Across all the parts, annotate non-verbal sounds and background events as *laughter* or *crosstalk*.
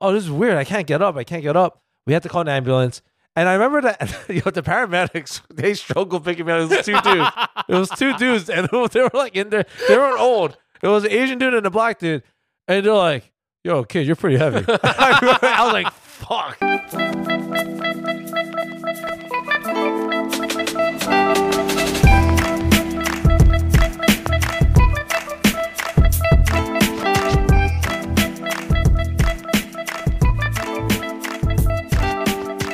oh, this is weird. I can't get up. I can't get up. We had to call an ambulance. And I remember that *laughs* you know, the paramedics *laughs* they struggled picking me up. It was two dudes. it was two dudes, and *laughs* they were like in there. They weren't old. It was an Asian dude and a black dude, and they're like, "Yo, kid, you're pretty heavy." *laughs* I, remember- I was like, "Fuck."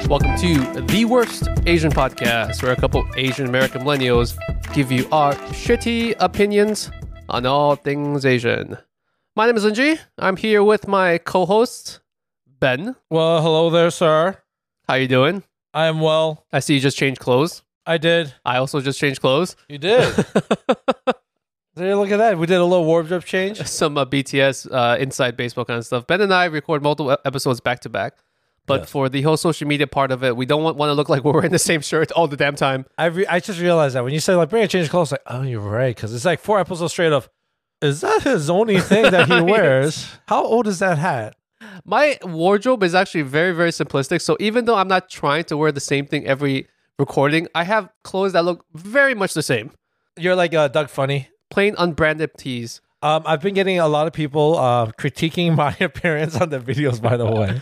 Welcome to the worst Asian podcast, where a couple Asian American millennials give you our shitty opinions on all things Asian. My name is Linji. I'm here with my co-host Ben. Well, hello there, sir. How you doing? I am well. I see you just changed clothes. I did. I also just changed clothes. *laughs* You did. *laughs* There, look at that. We did a little wardrobe change. Some uh, BTS uh, inside baseball kind of stuff. Ben and I record multiple e- episodes back to back. But Yes. for the whole social media part of it, we don't want, want to look like we're wearing the same shirt all the damn time. I re- I just realized that when you say like bring a change of clothes, like oh you're right because it's like four episodes straight of. Is that his only thing that *laughs* he wears? How old is that hat? My wardrobe is actually very, very simplistic. So even though I'm not trying to wear the same thing every recording, I have clothes that look very much the same. You're like uh, Doug Funny. Plain unbranded tees. Um, I've been getting a lot of people uh, critiquing *laughs* my appearance on the videos. By the way,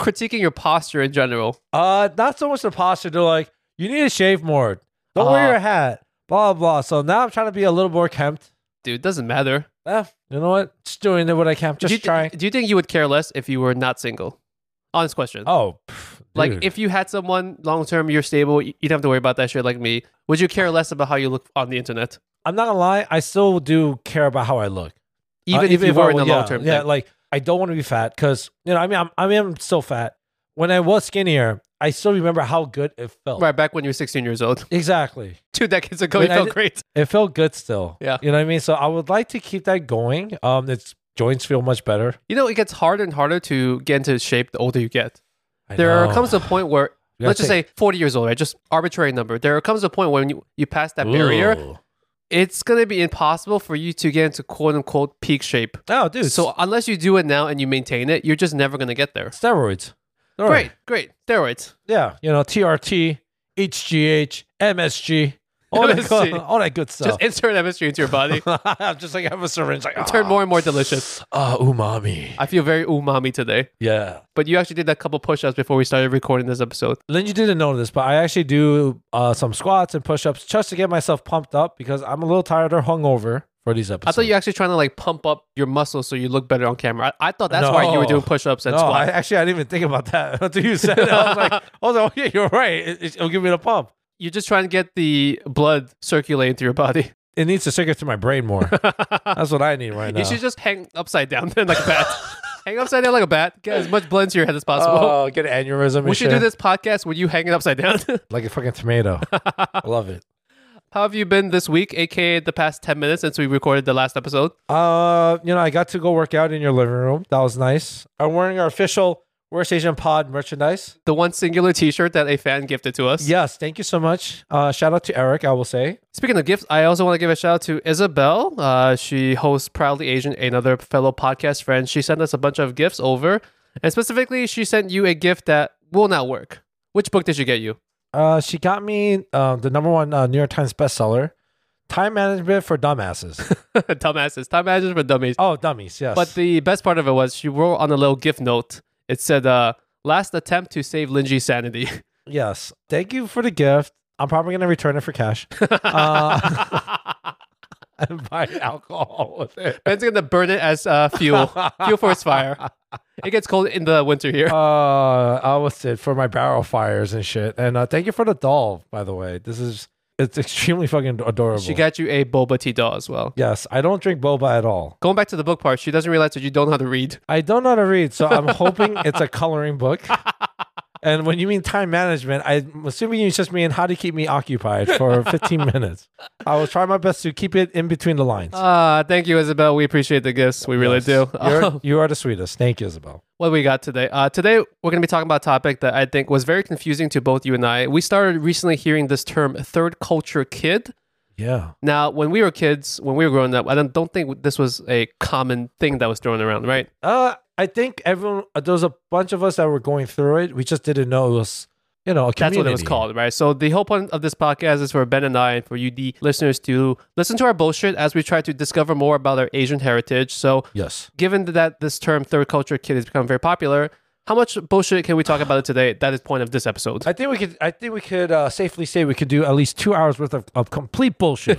Critiquing your posture in general. uh, not so much the posture. They're like, you need to shave more. Don't wear Uh-huh. your hat. Blah blah. blah. So now I'm trying to be a little more kempt. Dude, doesn't matter. Eh, you know what? Just doing what I can. Just do you, thi- trying. Do you think you would care less if you were not single? Honest question. oh, pff, like dude. if you had someone long term, you're stable, you don't have to worry about that shit like me. Would you care less about how you look on the internet? I'm not gonna lie, I still do care about how I look. Even Uh, if you I were in wa- the yeah, long term Yeah, thing. like I don't want to be fat because you know, I mean, I'm, I mean, I'm still fat. When I was skinnier, I still remember how good it felt. right back when you were 16 years old. *laughs* Exactly. Two decades ago, *laughs* Wait, you I felt did- great. It felt good still. Yeah. You know what I mean? So I would like to keep that going. Um, its joints feel much better. You know, it gets harder and harder to get into shape the older you get. I There are- know. comes a point where, *sighs* You let's just gotta say 40 years old, right? Just arbitrary number. There comes a point when you, you pass that take- barrier, Ooh. it's going to be impossible for you to get into quote unquote peak shape. Oh, dude. So So unless you do it now and you maintain it, you're just never going to get there. steroids. All Great, right. great. Steroids. Yeah. You know, TRT, HGH, MSG, all, That, MSG. good, all that good stuff. *laughs* Just *laughs* insert chemistry into your body. I'm just like I have a syringe. Like Turn "Ah, more and more delicious. ah, umami. I feel very umami today. Yeah. But you actually did that couple push ups before we started recording this episode. Lynn, you didn't know this, but I actually do uh, some squats and push ups just to get myself pumped up because I'm a little tired or hungover for these I episodes. thought you were actually trying to like pump up your muscles so you look better on camera. I, I thought that's why you were No. doing push ups and No, I, squats. actually, I didn't even think about that *laughs* until you said it. I was *laughs* like, oh, no, yeah, you're right. It, it- it'll give me the pump. You're just trying to get the blood circulating through your body. It needs to circulate through my brain *laughs* more. That's what I need right now. You should just hang upside down *laughs* then like *laughs* a bat. hang upside down like a bat. Get as much blood into your head as possible. oh, get an aneurysm. we should do this podcast with you hanging upside down. *laughs* like a fucking tomato. I love it. How have you been this week, aka the past 10 minutes since we recorded the last episode? Uh, you know, I got to go work out in your living room. That was nice. I'm wearing our official Worst Asian Pod merchandise. The one singular t shirt that a fan gifted to us. Yes, thank you so much. Uh, shout out to Eric, I will say. Speaking of gifts, I also want to give a shout out to Isabel. Uh, she hosts Proudly Asian, another fellow podcast friend. She sent us a bunch of gifts over, and specifically, she sent you a gift that will not work. Which book did she get you? *laughs* Uh, she got me uh, the number one uh, New York Times bestseller, Time Management for Dumbasses. *laughs* Dumbasses. Time Management for Dummies. oh, dummies, yes. But the best part of it was she wrote on a little gift note. It said, uh, last attempt to save Linji's sanity. *laughs* yes, thank you for the gift. I'm probably going to return it for *laughs* cash uh, *laughs* and buy alcohol with it. Ben's going to burn it as uh, fuel. fuel for his fire. It gets cold in the winter *laughs* here. Uh, I was it for my barrel fires and shit. And uh, thank you for the doll, by the way. This is it's extremely fucking adorable. she got you a boba tea doll as well. yes, I don't drink boba at all. Going back to the book part, she doesn't realize that you don't know how to read. I don't know how to read, so I'm *laughs* hoping it's a coloring book. And when you mean time management, I'm assuming you just mean how to keep me occupied *laughs* for 15 minutes. I will try my best to keep it in between the lines. Ah, thank you, Isabel. We appreciate the gifts. We really Oh. Yes. do. Uh, You're, you are the sweetest. Thank you, Isabel. what we got today? Uh, today, we're going to be talking about a topic that I think was very confusing to both you and I. We started recently hearing this term third culture kid. Yeah. Now, when we were kids, when we were growing up, I don't, don't think this was a common thing that was thrown around, right? Uh, I think everyone uh, there was a bunch of us that were going through it. We just didn't know it was you know a That's what it was community. called, right? So the whole point of this podcast is for Ben and I and for you, the listeners, to listen to our bullshit as we try to discover more about our Asian heritage. So, Yes. given that this term "third culture kid" has become very popular, how much bullshit can we talk about it today? That is the point of this episode. I think we could. I think we could uh, safely say we could do at least two hours worth of, of complete *laughs* bullshit,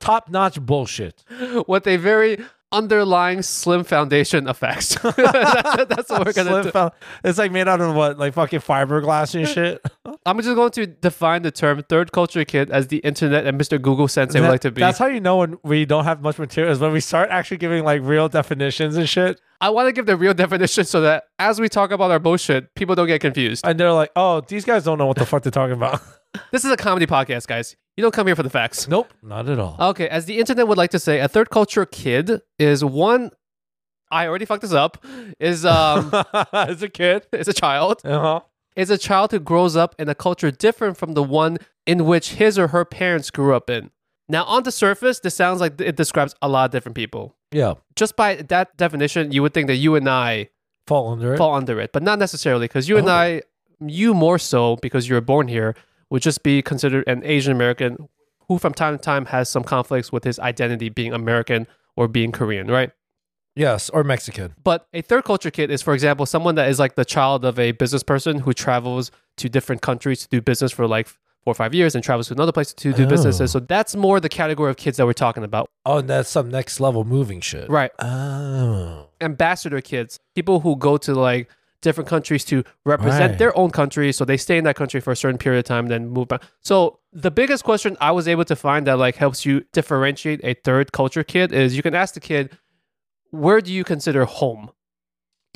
top notch bullshit. with a very underlying slim foundation of facts. that's, *laughs* that's what we're gonna do. It's like made out of what, like fucking fiberglass and *laughs* shit. I'm just going to define the term "third culture kid" as the internet and Mr. Google Sensei would like to be. That's how you know when we don't have much material is when we start actually giving like real definitions and shit. I want to give the real definition so that as we talk about our bullshit, people don't get confused. And they're like, oh, these guys don't know what the fuck they're talking about. *laughs* This is a comedy podcast, guys. You don't come here for the facts. nope, not at all. Okay, as the internet would like to say, a third culture kid is one. I already fucked this up. Is um *laughs* As a kid. is a child Uh huh. is a child who grows up in a culture different from the one in which his or her parents grew up in. Now, on the surface, this sounds like it describes a lot of different people. Yeah. Just by that definition, you would think that you and I Fall under it. fall under it, but not necessarily because you and Oh. I, you more so because you were born here, would just be considered an Asian American who from time to time has some conflicts with his identity being American or being Korean, right? Yes, or Mexican. But a third culture kid is, for example, someone that is like the child of a business person who travels to different countries to do business for like four or five years and travels to another place to do Oh. businesses. So that's more the category of kids that we're talking about. Oh, and that's some next level moving shit. Right. Oh. Ambassador kids, people who go to like different countries to represent Right. their own country. So they stay in that country for a certain period of time, then move back. So the biggest question I was able to find that like helps you differentiate a third culture kid is you can ask the kid, where do you consider home?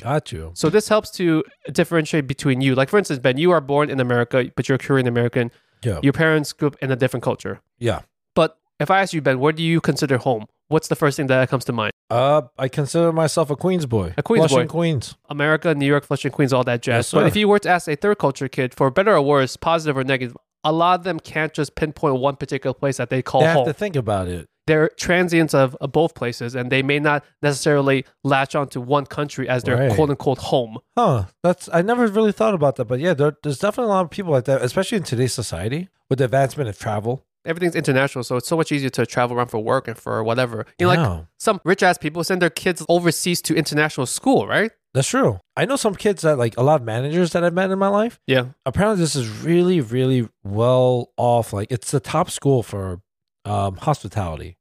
Got you. So this helps to differentiate between you. Like for instance, Ben, you are born in America, but you're Korean American. Yeah. Your parents grew up in a different culture. Yeah. But if I ask you, Ben, what do you consider home? What's the first thing that comes to mind? Uh, I consider myself a Queens boy. A Queens Flushing boy. Queens. America, New York, Flushing, Queens, all that jazz. Yes, but sir. if you were to ask a third culture kid, for better or worse, positive or negative, a lot of them can't just pinpoint one particular place that they call They have home. to think about it. They're transients of, of both places, and they may not necessarily latch on to one country as their Right. quote unquote home. Huh. That's I never really thought about that, but yeah, there, there's definitely a lot of people like that, especially in today's society with the advancement of travel. Everything's international, so it's so much easier to travel around for work and for whatever. You know, like Yeah. some rich ass people send their kids overseas to international school, right? that's true. I know some kids that like a lot of managers that I've met in my life. Yeah. Apparently, this is really, really well off. Like it's the top school for um, hospitality.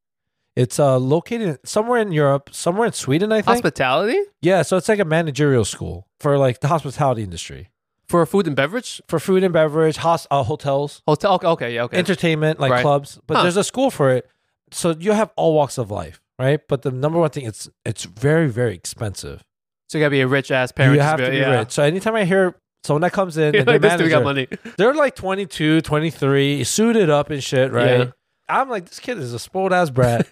It's uh, located somewhere in Europe, somewhere in Sweden, I think. Hospitality yeah, so it's like a managerial school for like the hospitality industry for food and beverage for food and beverage, hos- uh, hotels. hotel. Okay, okay, yeah, okay. entertainment, like Right. clubs, but Huh. there's a school for it. So you have all walks of life, right? But the number one thing, it's it's very very expensive. so you gotta be a rich ass parent. you just have to be yeah. *laughs* rich. So anytime I hear someone that comes in, You're and their like, this dude got manager, money. they're like 22, 23, suited up and shit, right? Yeah. I'm like, this kid is a spoiled ass *laughs* brat.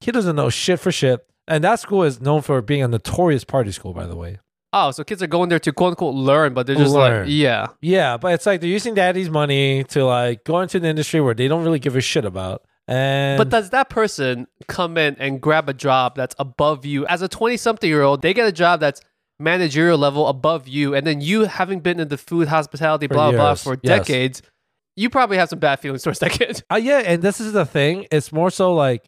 he doesn't know shit for shit. And that school is known for being a notorious party school, by the way. Oh, so kids are going there to quote unquote learn, but they're just like, Learn. yeah, Yeah, but it's like they're using daddy's money to like go into an industry where they don't really give a shit about. And But does that person come in and grab a job that's above you? As a 20 something year old, they get a job that's managerial level above you. And then you, having been in the food, hospitality, blah, blah, blah, years, for yes. decades, you probably have some bad feelings towards that kid. *laughs* Uh, yeah, and this is the thing. It's more so like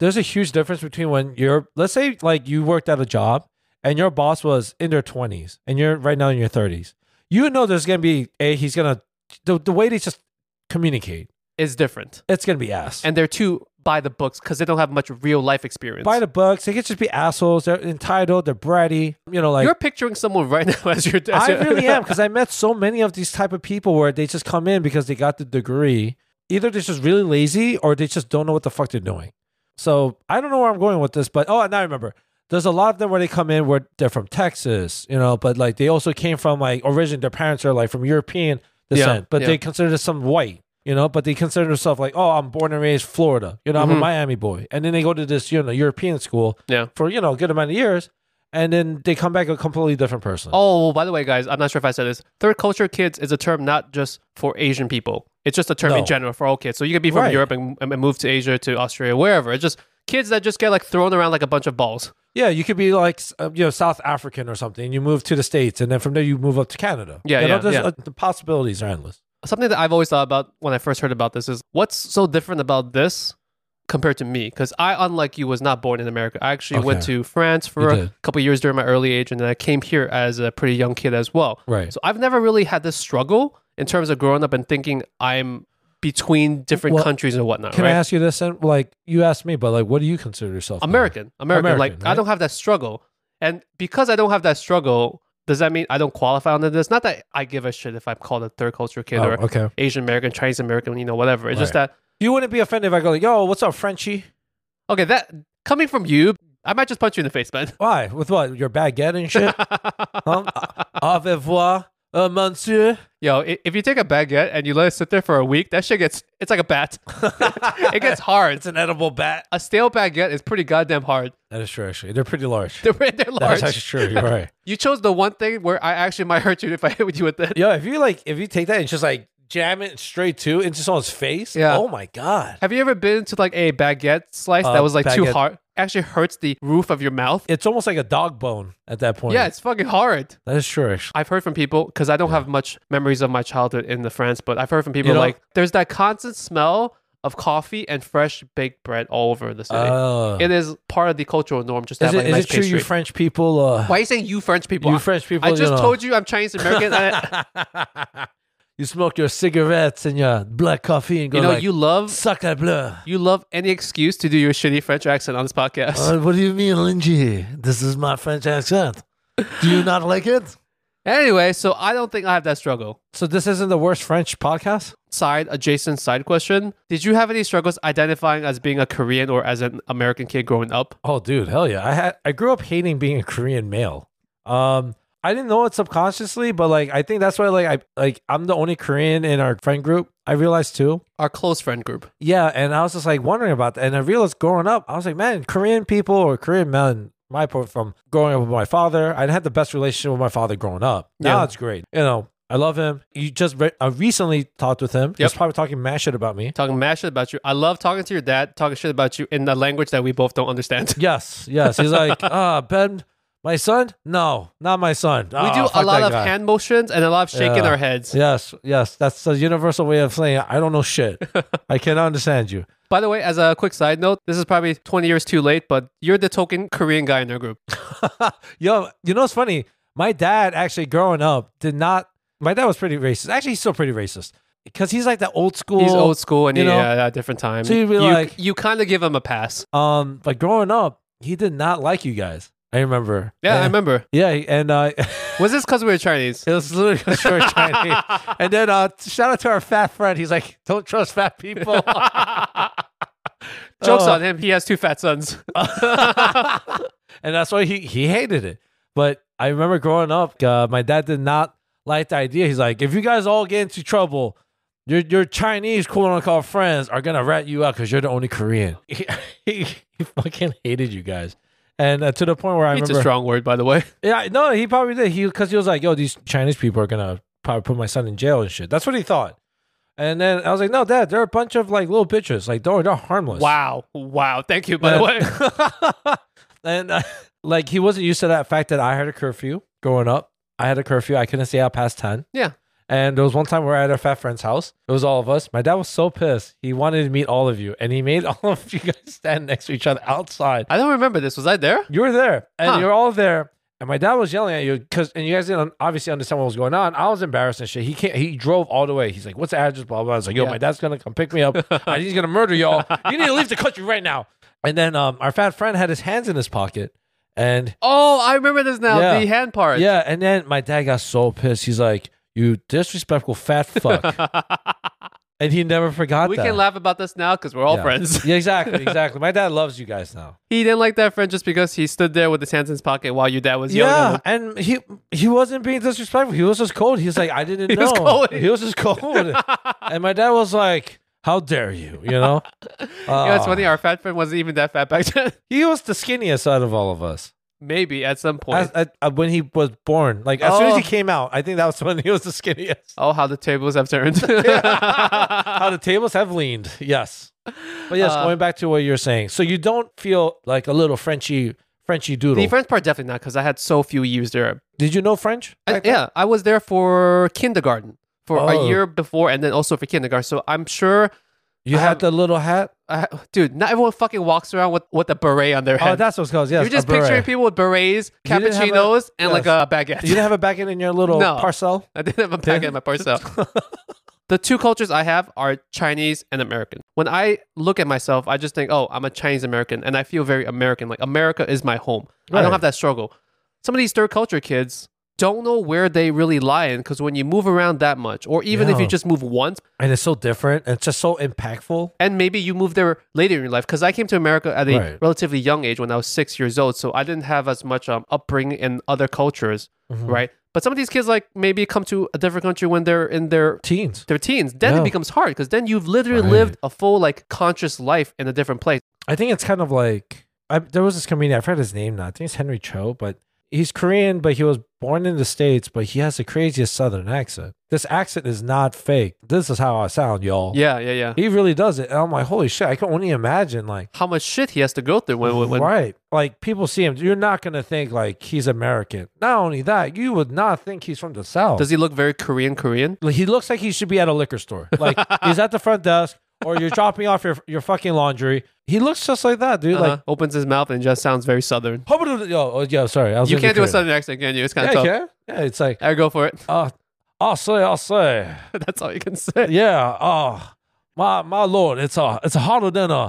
there's a huge difference between when you're, let's say, like you worked at a job and your boss was in their 20s and you're right now in your 30s. You know, there's going to be a, he's going to, the, the way they just communicate, It's different. it's going to be ass. And they're too by the books because they don't have much real life experience. By the books, they could just be assholes. They're entitled, they're bratty. You know, like, You're picturing someone right *laughs* now as your *laughs* as I your- really am because I met so many of these type of people where they just come in because they got the degree. Either they're just really lazy or they just don't know what the fuck they're doing. So I don't know where I'm going with this, but oh, now I remember. There's a lot of them where they come in where they're from Texas, you know, but like they also came from like origin. Their parents are like from European descent, but yeah. they consider themselves white, you know, but they consider themselves like, oh, I'm born and raised Florida, you know, I'm a Mhm. Miami boy, and then they go to this, you know, European school Yeah. for you know a good amount of years, and then they come back a completely different person. *laughs* Oh, well, by the way, guys, I'm not sure if I said this. Third culture kids is a term not just for Asian people. It's just a term in No. general for all kids. So you could be from Right. Europe and, and move to Asia, to Australia, wherever. It's just kids that just get like thrown around like a bunch of balls. Yeah, you could be like s- uh, you know South African or something. And you move to the states, and then from there you move up to Canada. Yeah, you know, yeah, there's, yeah. uh, the possibilities are endless. Something that I've always thought about when I first heard about this is what's so different about this compared to me? Because I, unlike you, was not born in America. I actually went Okay. to France for You a did. couple years during my early age, and then I came here as a pretty young kid as well. Right. So I've never really had this struggle in terms of growing up and thinking I'm between different Well, countries and whatnot. Can right? I ask you this? And like you asked me, but like, what do you consider yourself? now? American, American. American, like I right? don't have that struggle, and because I don't have that struggle, does that mean I don't qualify under this? Not that I give a shit if I'm called a third culture kid Oh, or okay. Asian American, Chinese American, you know, whatever. It's just that You wouldn't be offended if I go, like, "Yo, what's up, Frenchie?" okay, that coming from you, I might just punch you in the face, man. Why? With what? Your baguette and shit? um, au revoir, uh, monsieur. *laughs* Yo, i- if you take a baguette and you let it sit there for a week, that shit gets it's like a bat. *laughs* it gets hard. It's an edible bat. A stale baguette is pretty goddamn hard. *laughs* That is true. Actually, they're pretty large. They're, they're large. That's actually true. You're *laughs* right. You chose the one thing where I actually might hurt you if I hit you with that. Yo, if you like, if you take that and just like jam it straight to into someone's face, Yeah. Oh my god, *laughs* Have you ever been to like a baguette slice Uh, that was like too baguette. hard? Actually hurts the roof of your mouth. it's almost like a dog bone at that point. Yeah, it's fucking hard. that is true. Actually, I've heard from people because I don't have much memories of my childhood in the France, but I've heard from people You know- like there's that constant smell of coffee and fresh baked bread all over the city. Uh, it is part of the cultural norm just to is have it, like is nice it true you pastry. French people? Uh, Why are you saying you French people? You I- French people, I you just know. told you I'm Chinese American. *laughs* and, you smoke your cigarettes and your black coffee and go you know, like, you love suck that bleu. you love any excuse to do your shitty French accent on this podcast. Uh, what do you mean, Linji? This is my French accent. Do you not like *laughs* it? anyway, so I don't think I have that struggle. So this isn't the worst French podcast. side adjacent side question did you have any struggles identifying as being a korean or as an american kid growing up Oh, dude, hell yeah! I had I grew up hating being a Korean male. Um, I didn't know it subconsciously, but like I think that's why like I like I'm the only Korean in our friend group. I realized too. our close friend group Yeah, and I was just like wondering about that, and I realized growing up, I was like, man, Korean people or Korean men. My point from growing up with my father, I had the best relationship with my father growing up. Now Yeah. it's great. You know, I love him. You just re- I recently talked with him. He was probably talking mad shit about me. talking mad shit about you i love talking to your dad talking shit about you in the language that we both don't understand *laughs* Yes, yes. He's like, ah, Ben, my son? No, not my son. Ah, we do a lot of hand motions and a lot of shaking Yeah. our heads Yes, yes. That's the universal way of saying I don't know *laughs* shit. I cannot understand you. by the way as a quick side note this is probably 20 years too late but you're the token korean guy in our group *laughs* Yo, you know what's funny? My dad actually growing up did not. My dad was pretty racist. Actually, he's still pretty racist because he's like that old school. he's old school and you he, know? yeah, at a different time So you'd be you, like- you kind of give him a pass Um, but growing up, he did not like you guys. I remember. yeah, and, i remember Yeah, and uh, *laughs* was this because we were chinese it was literally a *laughs* short Chinese. And then uh, shout out to our fat friend. He's like, don't trust fat *laughs* people. *laughs* jokes Oh. on him he has two fat sons and that's why he, he hated it. But I remember growing up, uh, my dad did not like the idea. He's like, if you guys all get into trouble, your your Chinese quote unquote friends are gonna rat you out because you're the only Korean. *laughs* He, he, he fucking hated you guys, and uh, to the point where I It's a remember, strong word, by the way. yeah, no, he probably did. He because he was like, yo, these Chinese people are gonna probably put my son in jail and shit. That's what he thought. And then I was like, no, dad, they're a bunch of like little bitches. Like, don't, they're harmless. Wow. Wow. Thank you, by the way. way. *laughs* and uh, like he wasn't used to that fact that I had a curfew growing up. I had a curfew. I couldn't stay out past ten. Yeah. And there was one time we were at a fat friend's house. It was all of us. My dad was so pissed. He wanted to meet all of you, and he made *laughs* all of you guys stand next to each other outside. I don't remember this. Was I there? You were there, and Huh. you were all there. And my dad was yelling at you because, and you guys didn't obviously understand what was going on. I was embarrassed and shit. He can't. He drove all the way. He's like, "What's the address?" Blah blah. blah. I was like, "Yo, Yeah. my dad's gonna come pick me *laughs* up. and he's gonna murder y'all. You need to leave the country right now." And then um, our fat friend had his hands in his pocket, and Oh, I remember this now. Yeah. The hand part. yeah, and then my dad got so pissed. He's like, "You disrespectful fat *laughs* fuck," and he never forgot we that. can laugh about this now because we're all Yeah. friends. Yeah, exactly, exactly. My dad loves you guys now. He didn't like that friend just because he stood there with his hands in his pocket while your dad was yelling at Yeah, him. and he he wasn't being disrespectful. He was just cold. *laughs* He was like, I didn't know. was cold. He was *laughs* just cold. and my dad was like, How dare you? *laughs* You know. You know, it's Uh, funny. Our fat friend wasn't even that fat back then. *laughs* He was the skinniest out of all of us. Maybe at some point. As, at, uh, when he was born, like as soon as Oh. he came out, I think that was *laughs* when he was the skinniest. oh, how the tables have *laughs* turned. How the tables have leaned. Yes. But yes, Uh, going back to what you're saying. So you don't feel like a little Frenchy Frenchy doodle. *laughs* the French part definitely not because I had so few years there. Did you know French? I- back then? yeah, I was there for kindergarten for Oh. a year before, and then also for kindergarten. So I'm sure, You I had have- the little hat. I, dude, not everyone fucking walks around with with a beret on their head. Oh, that's what it's called. Yes. You're a just beret. picturing people with berets, You didn't have a- cappuccinos, and like yes. a baguette. You didn't have a back-end in your little *laughs* No. parcel. I didn't have a packet in *laughs* my parcel. the two cultures I have are Chinese and American. When I look at myself, I just think, oh, I'm a Chinese American, and I feel very American. Like America is my home. I Right. don't have that struggle. Some of these third culture kids don't know where they really lie in because when you move around that much, or even if Yeah. you just move once, And it's so different. And it's just so impactful. and maybe you moved there later in your life because i came to america at a Right. relatively young age when i was six years old so i didn't have as much um, upbringing in other cultures Mm-hmm. right but some of these kids like maybe come to a different country when they're in their Teens. their teens then Yeah. it becomes hard because then you've literally Right. lived a full like conscious life in a different place I think it's kind of like I, there was this comedian. I forgot his name now. I think it's Henry Cho, but he's Korean, but he was born in the states, but he has the craziest Southern accent. This accent is not fake. This is how I sound, y'all. yeah yeah yeah he really does it, and I'm like, holy shit! I can only imagine, like, how much shit he has to go through when, when, when right? Like people see him, you're not gonna think like he's American. Not only that, you would not think he's from the South. does he look very korean korean Like, he looks like he should be at a liquor store. *laughs* Like he's at the front desk, or you're dropping off your your fucking laundry. He looks just like that, dude. uh-huh. Like. opens his mouth and just sounds very southern Oh, oh, yeah, sorry. I was you into can't do a Korean. southern accent can you it's kind Yeah, of I tough can. Yeah, it's like, i go for it *laughs* uh, I'll say, I'll say. that's all you can say Yeah, uh, my my lord, it's uh, it's hotter than a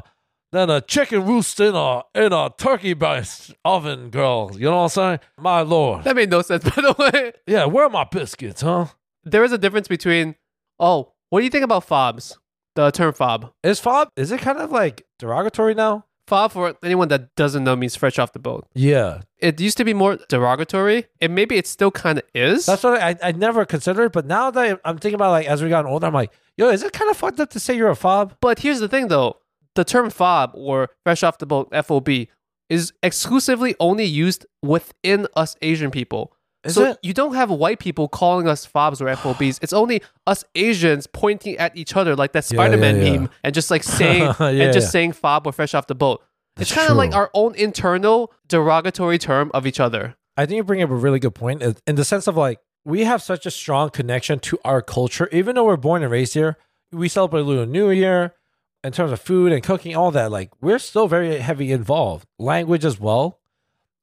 than a chicken roost in a in a turkey breast oven, girl. You know what I'm saying? My lord. that made no sense *laughs* by the way Yeah, where are my biscuits, huh? there is a difference between oh what do you think about fobs the term fob Is fob is it kind of like derogatory now? fob for anyone that doesn't know means fresh off the boat Yeah, it used to be more derogatory and maybe it still kind of is that's what I, I never considered. But now that I'm thinking about like as we got older, I'm like, yo, is it kind of fucked up to say you're a fob? but here's the thing though the term fob or fresh off the boat fob is exclusively only used within us asian people Is so it? you don't have white people calling us fobs or FOBs. It's only us Asians pointing at each other like that Yeah, yeah, Spider-Man yeah. meme and just like saying *laughs* Yeah, and just yeah. saying fob or fresh off the boat. That's it's kind of like true. our own internal derogatory term of each other. I think you bring up a really good point in- in the sense of like we have such a strong connection to our culture, even though we're born and raised here. We celebrate Lunar New Year in terms of food and cooking, all that. Like we're still very heavy involved, language as well.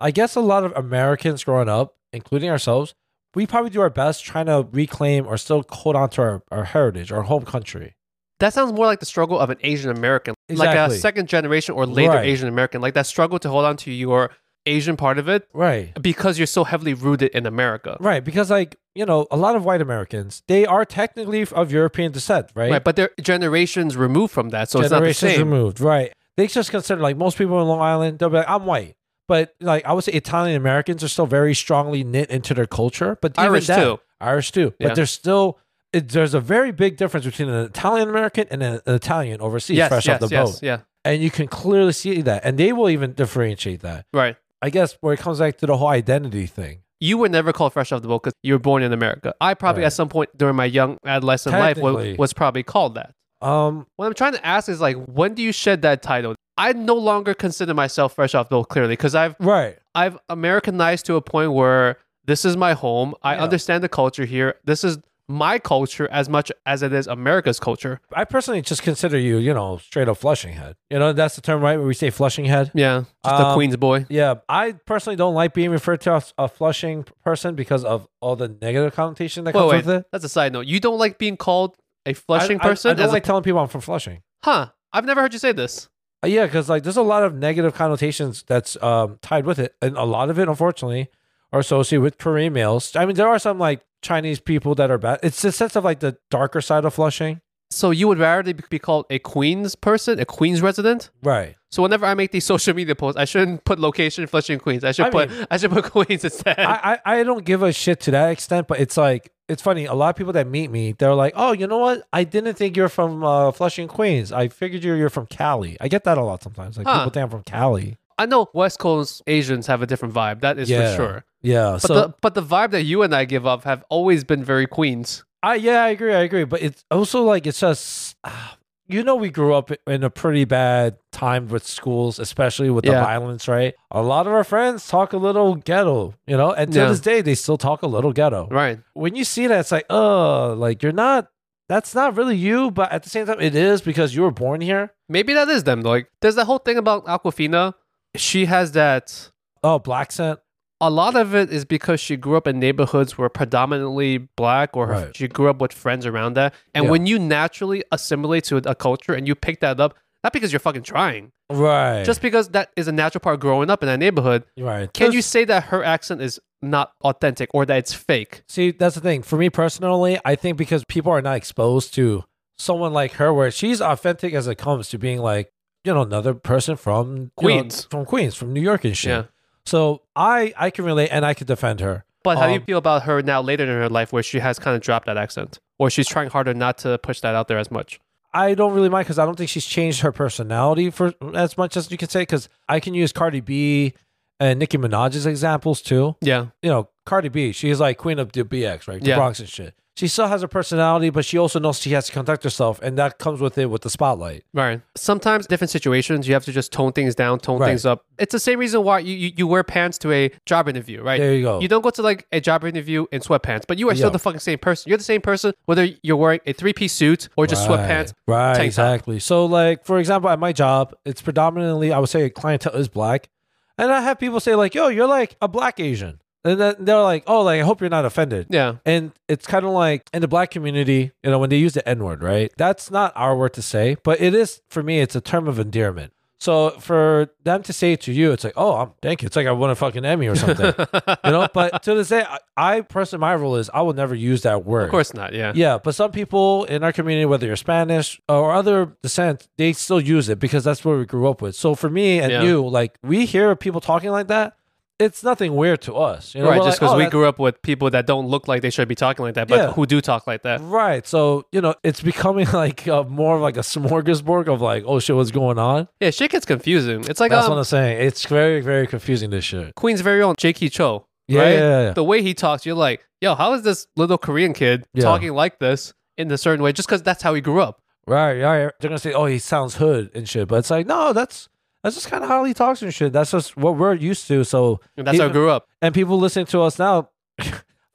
I guess a lot of Americans growing up, including ourselves, we probably do our best trying to reclaim or still hold on to our, our heritage, our home country. That sounds more like the struggle of an Asian American, like a Exactly. second generation or later Right. Asian American, like that struggle to hold on to your Asian part of it Right. because you're so heavily rooted in America. Right. Because like, you know, a lot of white Americans, they are technically of European descent, right? Right, but they're generations removed from that, so it's not the generations same. removed. Right. They just consider like most people in Long Island, they'll be like, I'm white. But like I would say Italian Americans are still very strongly knit into their culture. But even Irish that- too. Irish too. Yeah. But there's still it, there's a very big difference between an Italian American and an Italian overseas yes, fresh yes, off the yes, boat. yeah, And you can clearly see that. And they will even differentiate that. right. I guess where it comes back to the whole identity thing. you were never called fresh off the boat because you were born in America. I probably Right. at some point during my young adolescent life Technically. was, was probably called that. Um What I'm trying to ask is like, when do you shed that title? I no longer consider myself fresh off the boat clearly because I've right. I've Americanized to a point where this is my home. I Yeah. understand the culture here. This is my culture as much as it is America's culture. I personally just consider you, you know, straight up flushing head. You know, that's the term, right? Where we say flushing head. Yeah, just a Um, Queens boy. Yeah, I personally don't like being referred to as a flushing person because of all the negative connotation that Wait, comes wait, with it. that's a side note. You don't like being called a flushing I- I- person? I, don't as a- like telling people I'm from Flushing. huh? I've never heard you say this. Uh, Yeah, because like there's a lot of negative connotations that's um, tied with it, and a lot of it, unfortunately, are associated with Korean males. I mean, there are some like Chinese people that are bad. It's the sense of like the darker side of Flushing, So you would rather be called a Queens person, a Queens resident? right? So whenever I make these *laughs* social media posts, I shouldn't put location Flushing Queens. I should I put I should put *laughs* Queens instead. I, I I don't give a shit to that extent, but it's like it's funny. A lot of people that meet me, they're like, "Oh, you know what? I didn't think you're from uh, Flushing, Queens. I figured you're you're from Cali." I get that a lot sometimes. Like Huh. people think I'm from Cali. I know West Coast Asians have a different vibe. That is Yeah. for sure. Yeah. But so the but the vibe that you and I give off have always been very Queens. I yeah, I agree, I agree. But it's also like it's just *sighs* ah, you know we grew up in a pretty bad time with schools, especially with the Yeah. violence, right? A lot of our friends talk a little ghetto, you know, and to Yeah. this day they still talk a little ghetto. Right. When you see that, it's like, oh, like you're not. That's not really you, but at the same time, it is because you were born here. Maybe that is them. Like there's that whole thing about Aquafina. She has that Oh, black scent. a lot of it is because she grew up in neighborhoods were predominantly black or her Right. she grew up with friends around that. And Yeah. when you naturally assimilate to a culture and you pick that up, not because you're fucking trying, Right. just because that is a natural part of growing up in that neighborhood, right. can you There's- say that her accent is not authentic or that it's fake? See, that's the thing. For me personally, I think because people are not exposed to someone like her, where she's authentic as it comes to being like, you know, another person from you know, Queens. from Queens, from New York and shit. Yeah. So I I can relate and I can defend her. But how do you Um, feel about her now later in her life where she has kind of dropped that accent or she's trying harder not to push that out there as much? I don't really mind because I don't think she's changed her personality for as much as you can say. Because I can use Cardi B and Nicki Minaj as examples too. Yeah. you know, Cardi B, she's like queen of the BX, right? The Yeah. Bronx and shit. She still has a personality, but she also knows she has to conduct herself, and that comes with it with the spotlight. Right. Sometimes different situations you have to just tone things down, tone Right. things up. It's the same reason why you, you, you wear pants to a job interview, right? There you go. You don't go to like a job interview in sweatpants, but you are still Yeah. the fucking same person. You're the same person whether you're wearing a three piece suit or just sweatpants. Right, tank top. exactly. So, like, for example, at my job, it's predominantly, I would say, clientele is black. And I have people say, like, yo, you're like a black Asian. And then they're like, oh, like, I hope you're not offended. Yeah. And it's kind of like in the black community, you know, when they use the N word, right? That's not our word to say, but it is, for me, it's a term of endearment. So for them to say it to you, it's like, oh, I'm, thank you. It's like I won a fucking Emmy or something, you know? But to this day, I, I personally, my rule is I will never use that word. Of course not. Yeah. Yeah, but some people in our community, whether you're Spanish or other descent, they still use it because that's what we grew up with. So for me and Yeah. you, like we hear people talking like that, it's nothing weird to us. You know, Right, we're just like, because "Oh, we that- grew up with people that don't look like they should be talking like that, but Yeah. who do talk like that. Right, so you know, it's becoming *laughs* like uh more of like a smorgasbord of like, oh shit, what's going on? Yeah, shit gets confusing. It's like That's what um, I'm saying. It's very, very confusing. This shit. Queen's very own J.K. Cho. Yeah, right? yeah, yeah. The way he talks, you're like, yo, how is this little Korean kid Yeah. talking like this in a certain way just because that's how he grew up? Right, right. They're gonna say, oh, he sounds hood and shit, but it's like, no, that's that's just kind of how he talks and shit. That's just what we're used to. So And that's how he Even- grew up. and people listening to us now. *laughs*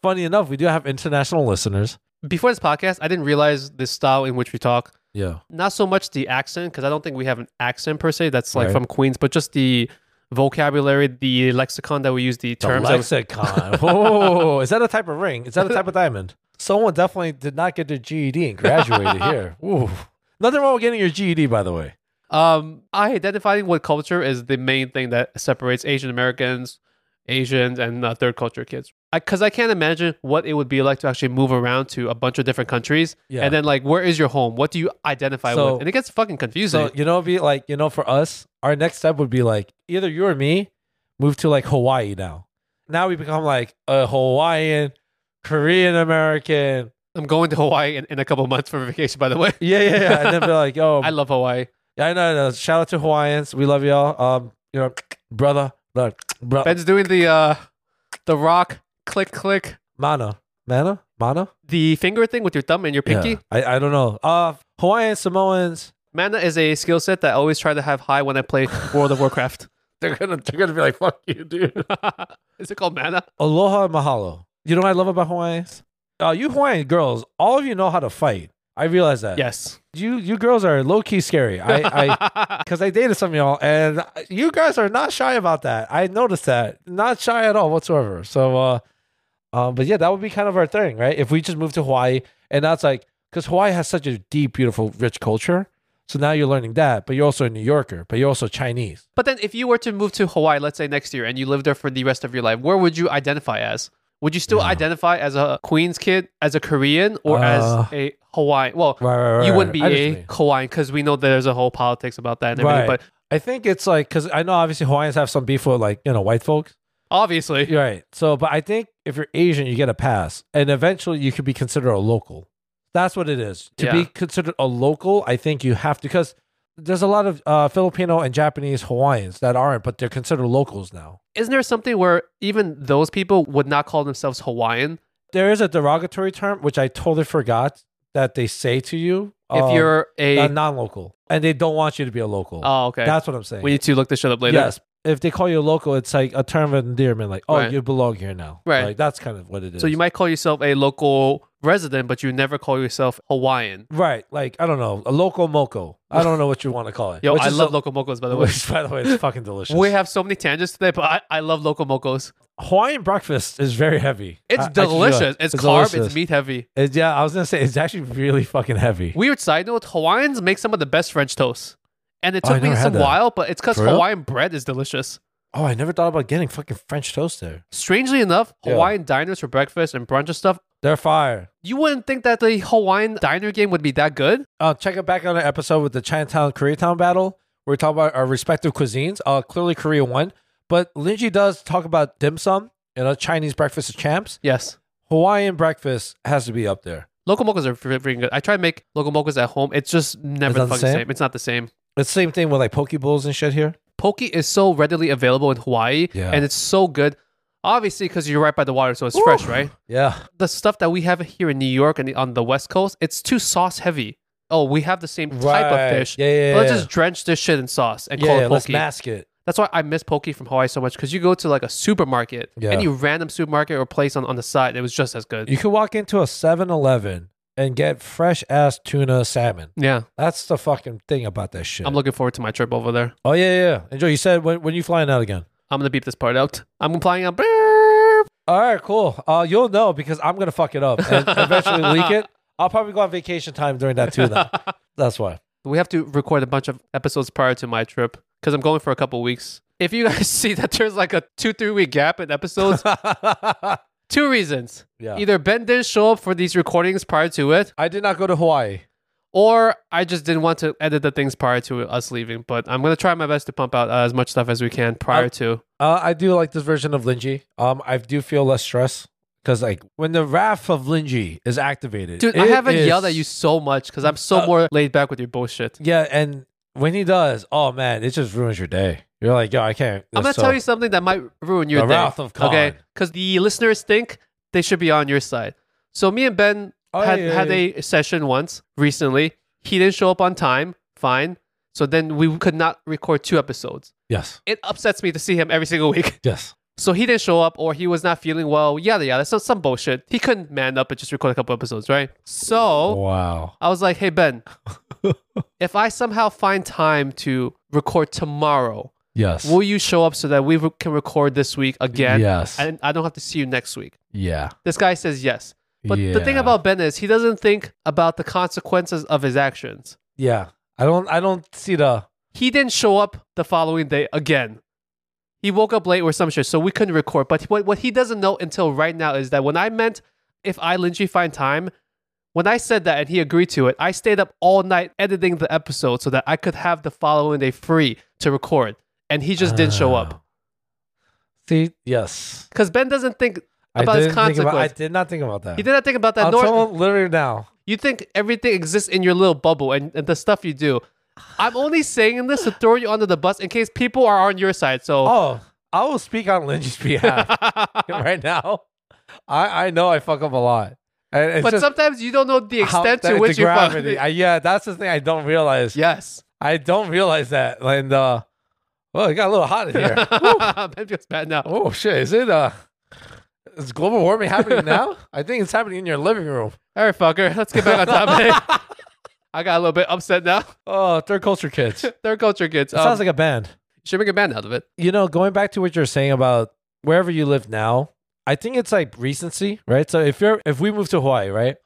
funny enough, we do have international listeners. Before this podcast, I didn't realize the style in which we talk. Yeah, Not so much the accent, because I don't think we have an accent per se that's like Right. from Queens, but just the vocabulary, the lexicon that we use, the terms. that we- lexicon. *laughs* Whoa, is that a type of ring? Is that a type of diamond? *laughs* Someone definitely did not get their GED and graduated *laughs* here. Ooh, nothing wrong with getting your GED, by the way. Um, I identifying with culture is the main thing that separates Asian Americans, Asians, and uh, third culture kids. Because I, can't imagine what it would be like to actually move around to a bunch of different countries, Yeah. and then like, where is your home? What do you identify So- with? And it gets fucking confusing. So you know, it'd be like you know, for us, our next step would be like either you or me move to like Hawaii now. Now we become like a Hawaiian, Korean American. I'm going to Hawaii in, in a couple months for vacation. By the *laughs* way, Yeah, yeah, yeah. *laughs* And then be like, oh, I love Hawaii. Yeah, I know. I know. Shout out to Hawaiians. We love y'all. Um, you know, brother, brother, brother. Ben's doing the uh, the rock click click Mana, mana, mana. the finger thing with your thumb and your pinky. Yeah. I, I don't know. Uh, Hawaiians, Samoans. Mana is a skill set that I always try to have high when I play World of Warcraft. *laughs* They're gonna they're gonna be like, fuck you, dude. *laughs* is it called mana? Aloha and mahalo. You know what I love about Hawaiians? Uh, you Hawaiian girls, all of you know how to fight. I realize that. Yes. You you girls are low key scary. I. I *laughs* Because I dated some of y'all, and you guys are not shy about that. I noticed that, not shy at all whatsoever. So, uh, um, but yeah, that would be kind of our thing, right? If we just moved to Hawaii, and that's like, because Hawaii has such a deep, beautiful, rich culture. So now you're learning that, but you're also a New Yorker, but you're also Chinese. But then, if you were to move to Hawaii, let's say next year, and you live there for the rest of your life, where would you identify as? Would you still identify as a Queens kid, as a Korean, or Uh, as a Hawaiian? Well, Right, right, right. you wouldn't right. be I just a mean- Hawaiian because we know there's a whole politics about that and everything. Right. But I think it's like because I know obviously Hawaiians have some beef with like you know white folks. obviously, You're right. So, but I think if you're Asian, you get a pass, and eventually you could be considered a local. That's what it is. To Yeah. be considered a local, I think you have to because there's a lot of uh, Filipino and Japanese Hawaiians that aren't, but they're considered locals now. Isn't there something where even those people would not call themselves Hawaiian There is a derogatory term which I totally forgot that they say to you if um, you're a? a non-local, and they don't want you to be a local. oh, okay. That's what I'm saying. we need to look this shit up later. Yes. If they call you a local, it's like a term of endearment, like, oh, Right. you belong here now. Right. Like, that's kind of what it is. So you might call yourself a local resident, but you never call yourself Hawaiian. Right. Like, I don't know, a local moco. I don't know what you want to call it. Yo, Which I is love a- local mocos, by the way. *laughs* Which, by the way, is fucking delicious. We have so many tangents today, but I, I love local mocos. Hawaiian breakfast is very heavy. It's I- I just delicious. realized. it's carb, delicious. it's meat heavy. It's- yeah, I was going to say, it's actually really fucking heavy. Weird side note: Hawaiians make some of the best French toast, and it Oh, I took me never had some that. while, but it's because For real? Hawaiian bread is delicious. oh, I never thought about getting fucking French toast there. Strangely enough, Yeah. Hawaiian diners for breakfast and brunch and stuff. They're fire. You wouldn't think that the Hawaiian diner game would be that good. Uh, check it back on an episode with the Chinatown Koreatown battle. We're talking about our respective cuisines. Uh, clearly, Korea won, but Linji does talk about dim sum. You know, Chinese breakfast of champs. Yes, Hawaiian breakfast has to be up there. local mocos are fre- freaking good. I try to make local mocos at home. It's just never It's not the the fucking same? same? It's not the same. It's the same thing with like poke bowls and shit here. Poke is so readily available in Hawaii, Yeah. and it's so good. Obviously, because you're right by the water, so it's fresh, right? Yeah, the stuff that we have here in New York and on the West Coast, it's too sauce heavy. Oh, we have the same type Right. of fish. Yeah, yeah, but let's yeah. just drench this shit in sauce and yeah. call yeah, it let's poke. mask it. That's why I miss poke from Hawaii so much because you go to like a supermarket, Yeah. any random supermarket or place on, on the side, it was just as good. You could walk into a 7-Eleven and get fresh ass tuna salmon. yeah, That's the fucking thing about that shit. I'm looking forward to my trip over there. oh yeah, yeah. Enjoy. You said when when you flying out again? I'm gonna beep this part out. I'm implying a beep. All right, cool. Uh, you'll know because I'm gonna fuck it up *laughs* and eventually leak it. I'll probably go on vacation time during that too. *laughs* Then that's why. We have to record a bunch of episodes prior to my trip because I'm going for a couple weeks. If you guys *laughs* see that there's like a two three week gap in *laughs* episodes, two reasons. yeah. Either Ben didn't show up for these recordings prior to it, I did not go to Hawaii. or I just didn't want to edit the things prior to us leaving. But I'm gonna try my best to pump out uh, as much stuff as we can prior Um, to. Uh, I do like this version of Linji. Um, I do feel less stress because like when the wrath of Linji is activated, Dude, I it haven't is- yelled at you so much because I'm so Uh, more laid back with your bullshit. Yeah, and when he does, oh man, it just ruins your day. You're like, yo, I can't. I'm gonna so- tell you something that might ruin your The day. wrath of Khan. Okay, because the listeners think they should be on your side. So me and Ben Oh, had yeah, yeah, had yeah. a session once recently. He didn't show up on time. Fine. So then we could not record two episodes. Yes, It upsets me to see him every single *laughs* week. yes. So he didn't show up or he was not feeling well, yada yada. Some some bullshit. He couldn't man up and just record a couple episodes, right? So Wow. I was like, hey *laughs* Ben, if I somehow find time to record tomorrow, Yes. will you show up so that we re- can record this week again? Yes. And I don't have to see you next week. yeah. This guy says yes. But the thing Yeah. about Ben is he doesn't think about the consequences of his actions. yeah, I don't, I don't see the He didn't show up the following day again. He woke up late or some shit, so we couldn't record. But what, what he doesn't know until right now is that when I meant if I Lynchy find time, when I said that and he agreed to it, I stayed up all night editing the episode so that I could have the following day free to record. And he just didn't show Oh. up. See, yes. Because Ben doesn't think about I his didn't think about- I consequence. did not think about that. He did not think about that. I'm nor- telling literally now. You think everything exists in your little bubble and, and the stuff you do. I'm only saying this to throw you under the bus in case people are on your side. So Oh, I will speak on *laughs* Linji's behalf right now. I, I know I fuck up a lot. And it's but just sometimes you don't know the how- extent the- to the which you're gravity. fucking. I- yeah, that's the thing I don't realize. *laughs* yes. I don't realize that. And uh, well, it got a little hot in here. *laughs* Ben feels bad now. oh shit, is it uh, is global warming happening *laughs* now? I think it's happening in your living room. All right, fucker. Let's get back *laughs* on topic. I got a little bit upset now. Oh, third culture kids. It Third culture kids. Um, sounds like a band. should make a band out of it. you know, going back to what you're saying about wherever you live now, I think it's like recency, right? So if you're if we move to Hawaii, right,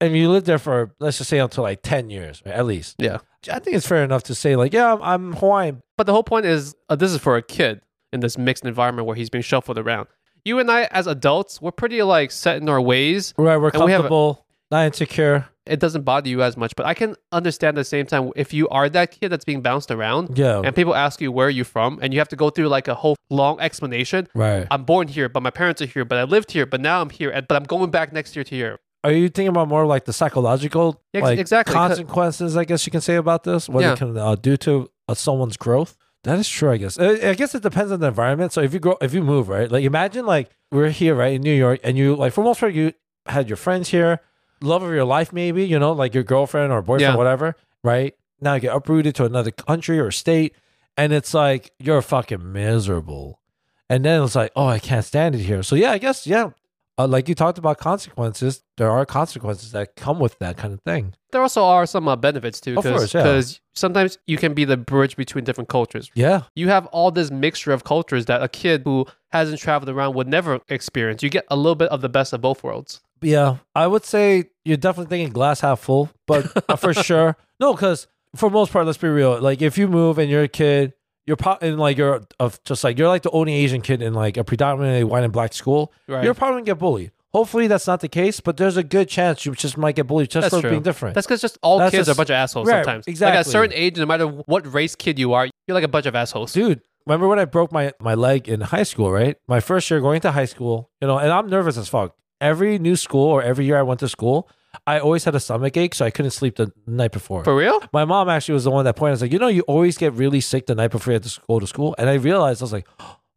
and you live there for let's just say until like ten years right, at least, Yeah. I think it's fair enough to say like, yeah, I'm, I'm Hawaiian. But the whole point is uh, this is for a kid in this mixed environment where he's being shuffled around. You and I, as adults, we're pretty like set in our ways. Right, we're And we have a- comfortable, not insecure. it doesn't bother you as much. But I can understand at the same time if you are that kid that's being bounced around Yeah, and people ask you where are you from and you have to go through like a whole long explanation. right. I'm born here, but my parents are here, but I lived here, but now I'm here, and but I'm going back next year to Europe. are you thinking about more like the psychological Ex- like exactly. consequences? I guess you can say about this what Yeah. it can uh, do to uh, someone's growth. That is true, I guess. Uh, I guess it depends on the environment. So if you grow, if you move, right? Like imagine like we're here, right, in New York, and you like for most part you had your friends here, love of your life, maybe you know, like your girlfriend or boyfriend, Yeah. whatever, right? Now you get uprooted to another country or state, and it's like you're fucking miserable. And then it's like, oh, I can't stand it here. So yeah, I guess yeah, uh, like you talked about consequences, there are consequences that come with that kind of thing. There also are some uh, benefits too, Of course, because yeah. sometimes you can be the bridge between different cultures. Yeah, You have all this mixture of cultures that a kid who hasn't traveled around would never experience. You get a little bit of the best of both worlds. yeah. I would say you're definitely thinking glass half full, but uh, *laughs* for sure, no, because for most part, let's be real. Like if you move and you're a kid, you're pro- and like you're of just like you're like the only Asian kid in like a predominantly white and black school. Right. You're probably gonna get bullied. Hopefully that's not the case, but there's a good chance you just might get bullied just That's for true. being different. That's because just all That's kids just- are a bunch of assholes Right, sometimes. Like at a exactly. certain age, no matter what race kid you are, you're like a bunch of assholes. dude remember when i broke my my leg in high school right my first year going to high school you know and i'm nervous as fuck every new school or every year i went to school i always had a stomach ache so i couldn't sleep the night before For real? my mom actually was the one that pointed out like you know you always get really sick the night before you have to go to school and i realized i was like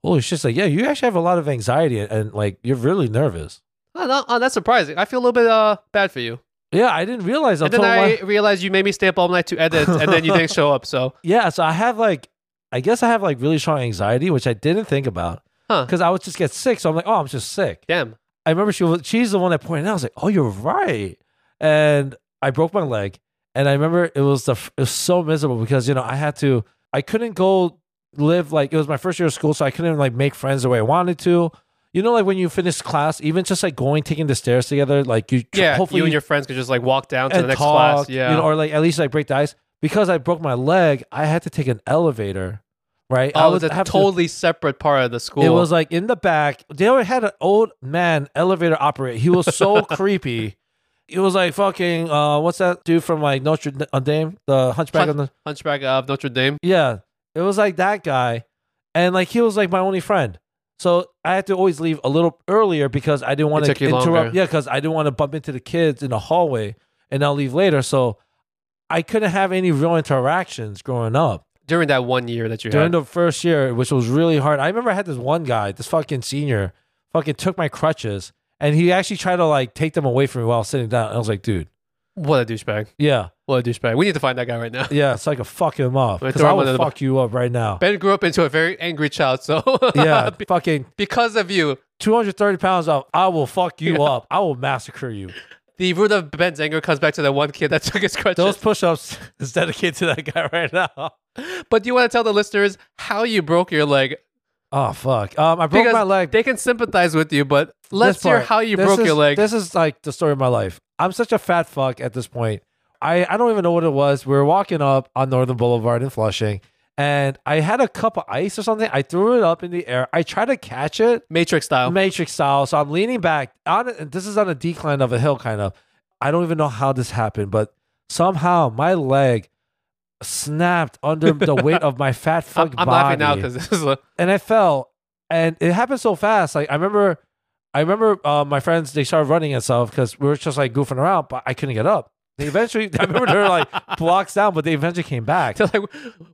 holy shit it's like yeah you actually have a lot of anxiety and, and like you're really nervous Oh, no, oh, that's surprising. I feel a little bit uh, bad for you. yeah i didn't realize And until then I my- realized you made me stay up all night to edit, and then you didn't show up. So, *laughs* yeah so i have like i guess i have like really strong anxiety which i didn't think about Huh. because i would just get sick so i'm like oh i'm just sick damn. I remember she was she's the one that pointed out. I was like, "Oh, you're right." And I broke my leg, and I remember it was the f- it was so miserable because you know I had to I couldn't go live like it was my first year of school, so I couldn't like make friends the way I wanted to. You know, like when you finish class, even just like going taking the stairs together, like you tr- Yeah, hopefully you and your friends could just like walk down to and the next talk, class. Yeah. you know, or like at least like break the ice because I broke my leg. I had to take an elevator, right? I Oh, would it's a have to- totally separate part of the school. it was like in the back. They already had an old man elevator operator. He was *laughs* so creepy. It was like fucking uh, what's that dude from like Notre uh, Dame, the Hunchback Hun- on the Hunchback of Notre Dame. yeah. It was like that guy, and like he was like my only friend. So I had to always leave a little earlier because I didn't want took to you interrupt. longer. Yeah, because I didn't want to bump into the kids in the hallway, and I'll leave later. So I couldn't have any real interactions growing up During that one year that you during had. the first year, which was really hard. I remember I had this one guy, this fucking senior, fucking took my crutches and he actually tried to like take them away from me while sitting down. And I was like, dude, What a douchebag. yeah, What a douchebag. We need to find that guy right now. *laughs* yeah, it's like a fuck him up Wait, because throw I him will under the fuck you up right now. Ben grew up into a very angry child, so *laughs* Yeah, *laughs* fucking because of you, 230 pounds off. I will fuck you up. I will massacre you. the root of Ben's anger comes back to that one kid that *laughs* took his crutches. Those push ups *laughs* is dedicated to that guy right now. *laughs* but do you want to tell the listeners how you broke your leg? Oh, fuck. Um, I broke because my leg. They can sympathize with you, but let's this hear part. how you This broke is- your leg. This is like the story of my life. I'm such a fat fuck at this point. I, I don't even know what it was. We were walking up on Northern Boulevard in Flushing, and I had a cup of ice or something. I threw it up in the air. I tried to catch it, Matrix style. Matrix style. So I'm leaning back on it. and This is on a decline of a hill, kind of. I don't even know how this happened, but somehow my leg snapped under the weight of my fat *laughs* I'm, fuck I'm body laughing now because this is a, *laughs* and I fell, and it happened so fast. Like I remember, I remember uh, my friends they started running and stuff because we were just like goofing around, but I couldn't get up. They eventually, *laughs* I remember they were like blocks down, but they eventually came back. they're like,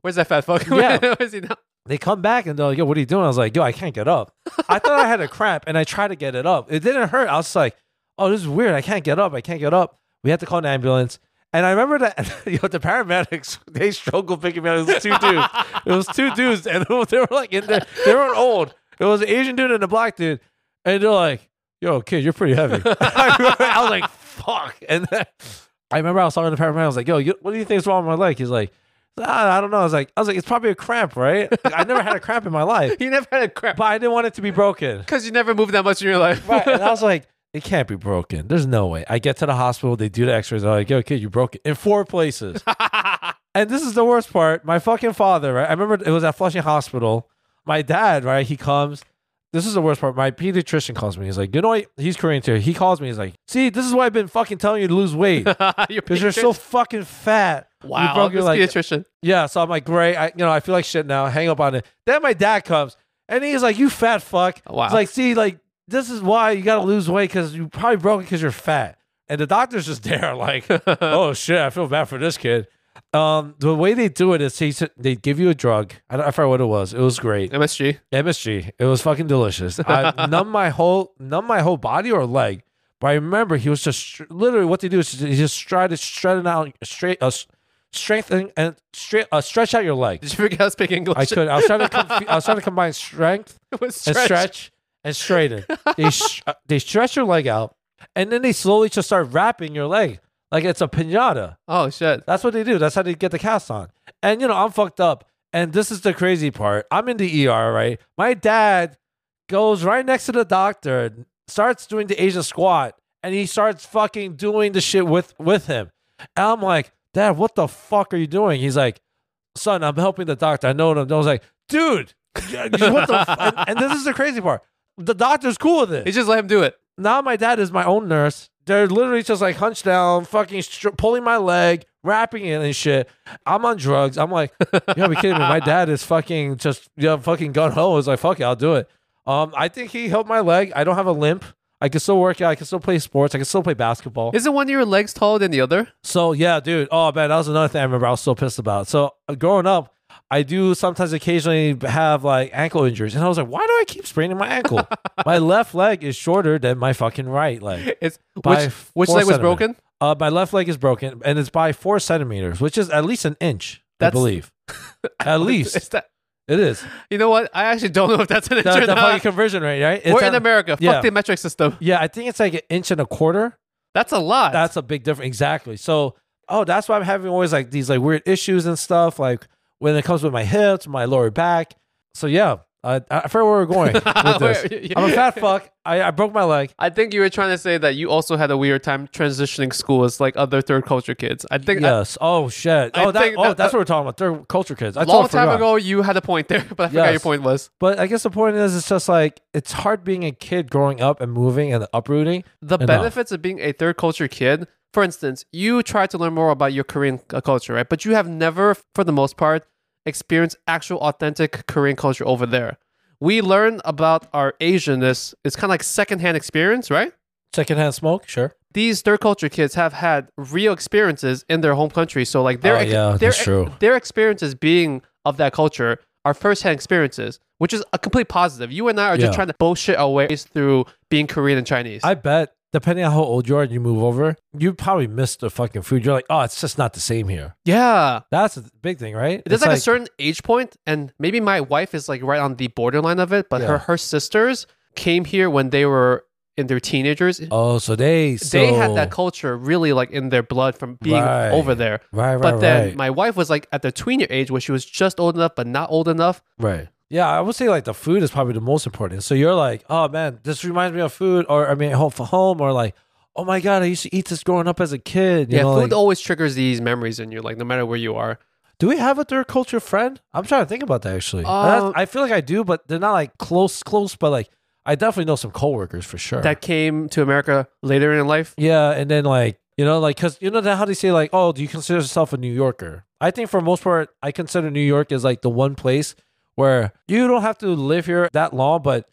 where's that fat fuck? *laughs* Yeah. Where is he now? They come back and they're like, "Yo, what are you doing?" I was like, "Yo, I can't get up." I thought I had a cramp, and I tried to get it up. It didn't hurt. I was like, "Oh, this is weird. I can't get up. I can't get up." We had to call an ambulance. And I remember that *laughs* yo, the paramedics *laughs* they struggled picking me up. It was two dudes. it was two dudes, and *laughs* they were like in there. They were old. It was an Asian dude and a black dude, and they're like, "Yo, kid, you're pretty heavy." *laughs* I, remember- I was like, "Fuck!" And then, I remember I was talking to the paramedic. I was like, "Yo, you, what do you think is wrong with my leg?" He's like, "Ah, "I don't know." I was like, "I was like, it's probably a cramp, right?" I never had a cramp in my life, You never had a crap but I didn't want it to be broken. because you never moved that much in your life. Right. *laughs* And I was like, it can't be broken. There's no way. I get to the hospital, they do the x rays. I'm like, yo, kid, you broke it in four *laughs* places. and this is the worst part. My fucking father, right? I remember it was at Flushing Hospital. My dad, right? He comes. This is the worst part. My pediatrician calls me. He's like, you know what? He's Korean too. He calls me. He's like, see, this is why I've been fucking telling you to lose weight because Your you're *laughs* so fucking fat. wow. You broke your this leg. pediatrician. Yeah, so I'm like, great. I, you know, I feel like shit now. Hang up on it. Then my dad comes and he's like, "You fat fuck." Wow. He's like, see, like this is why you gotta lose weight because you probably broke it because you're fat, and the doctor's just *laughs* there, like, oh shit, I feel bad for this kid. Um, the way they do it is he said they give you a drug. I don't I forget what it was. It was great. MSG. MSG. It was fucking delicious. I numb my whole numb my whole body or leg. But I remember he was just str- literally what they do is he just try to straighten out straight uh, strengthen and straight uh, stretch out your leg. Did you forget how to speak English? I *laughs* could. I was trying to. Conf- I was trying to combine strength It was and stretch. stretch and straighten. They sh- uh, they stretch your leg out, and then they slowly just start wrapping your leg like it's a pinata. Oh shit. That's what they do. That's how they get the cast on. And you know, I'm fucked up. And this is the crazy part. I'm in the ER, right? My dad goes right next to the doctor, starts doing the Asian squat, and he starts fucking doing the shit with with him. And I'm like, Dad, what the fuck are you doing? He's like, Son, I'm helping the doctor. I know what I'm doing. I was like, Dude, *laughs* what the? F-? And, and this is the crazy part. The doctor's cool with it You just let him do it. now my dad is my own nurse. They're literally just like hunched down, fucking str- pulling my leg, wrapping it and shit. I'm on drugs. I'm like, you gotta be kidding me. My dad is fucking just, you know, fucking gun ho. Is like, fuck it, I'll do it. Um, I think he helped my leg. I don't have a limp. I can still work out. I can still play sports. I can still play basketball. Isn't one of your legs taller than the other? So yeah, dude. Oh man, that was another thing I remember. I was so pissed about. So uh, growing up, I do sometimes occasionally have like ankle injuries, and I was like, why do I keep spraining my ankle? my left leg is shorter than my fucking right leg. It's By which which four leg was centimeters. broken? Uh, my left leg is broken, and it's by four centimeters, which is at least an inch, I That's- *laughs* believe. at It's least that. it *laughs* is. You know what? I actually don't know if that's an inch That's or the fucking not. conversion rate, right? It's We're at- in America. yeah. Fuck the metric system. yeah, I think it's like an inch and a quarter. That's a lot. That's a big difference. Exactly. So, oh, that's why I'm having always like these like weird issues and stuff, like when it comes with my hips, my lower back. So yeah, uh, I forget where we're *laughs* going with this. Where- I'm a fat fuck. I, I broke my leg. I think you were trying to say that you also had a weird time transitioning schools like other third culture kids. I think uh, a Yes. oh shit. I Oh, that, think oh, that- that's what we're talking about. Third culture kids. I long totally time forgot. ago you had a point there, *laughs* but I forgot Yes. your point was. But I guess the point is, it's just like it's hard being a kid growing up and moving and uh, uprooting. The Enough. benefits of being a third culture kid, for instance, you try to learn more about your Korean uh, culture, right? But you have never, for the most part, experienced actual authentic Korean culture over there. We learn about our Asianness. It's kind of like secondhand experience, right? Secondhand smoke, sure. these third culture kids have had real experiences in their home country. So like their Oh, yeah, their, that's true. their experiences being of that culture are firsthand experiences, which is a complete positive. You and I are just Yeah. trying to bullshit our ways through being Korean and Chinese. I bet depending on how old you are and you move over, you probably miss the fucking food. You're like, oh, it's just not the same here. yeah. That's a big thing, right? There's It's like, a certain age point, and maybe my wife is like right on the borderline of it, but her Yeah. her sisters came here when they were in their teenagers. oh, so they so, they had that culture really like in their blood from being Right. over there. right, right, But then right, my wife was like at the tweener age where she was just old enough but not old enough. right. Yeah, I would say like the food is probably the most important. So you're like, oh man, this reminds me of food, or I mean, home for home, or like, oh my god, I used to eat this growing up as a kid. You yeah, know, food like- always triggers these memories in you, like no matter where you are. Do we have a third culture friend? I'm trying to think about that actually. Uh, That's- I feel like I do, but they're not like close, close. But like, I definitely know some coworkers for sure. That came to America later in life. yeah, and then like you know, like because you know that how they say like, oh, do you consider yourself a New Yorker? I think for most part, I consider New York as like the one place where you don't have to live here that long, but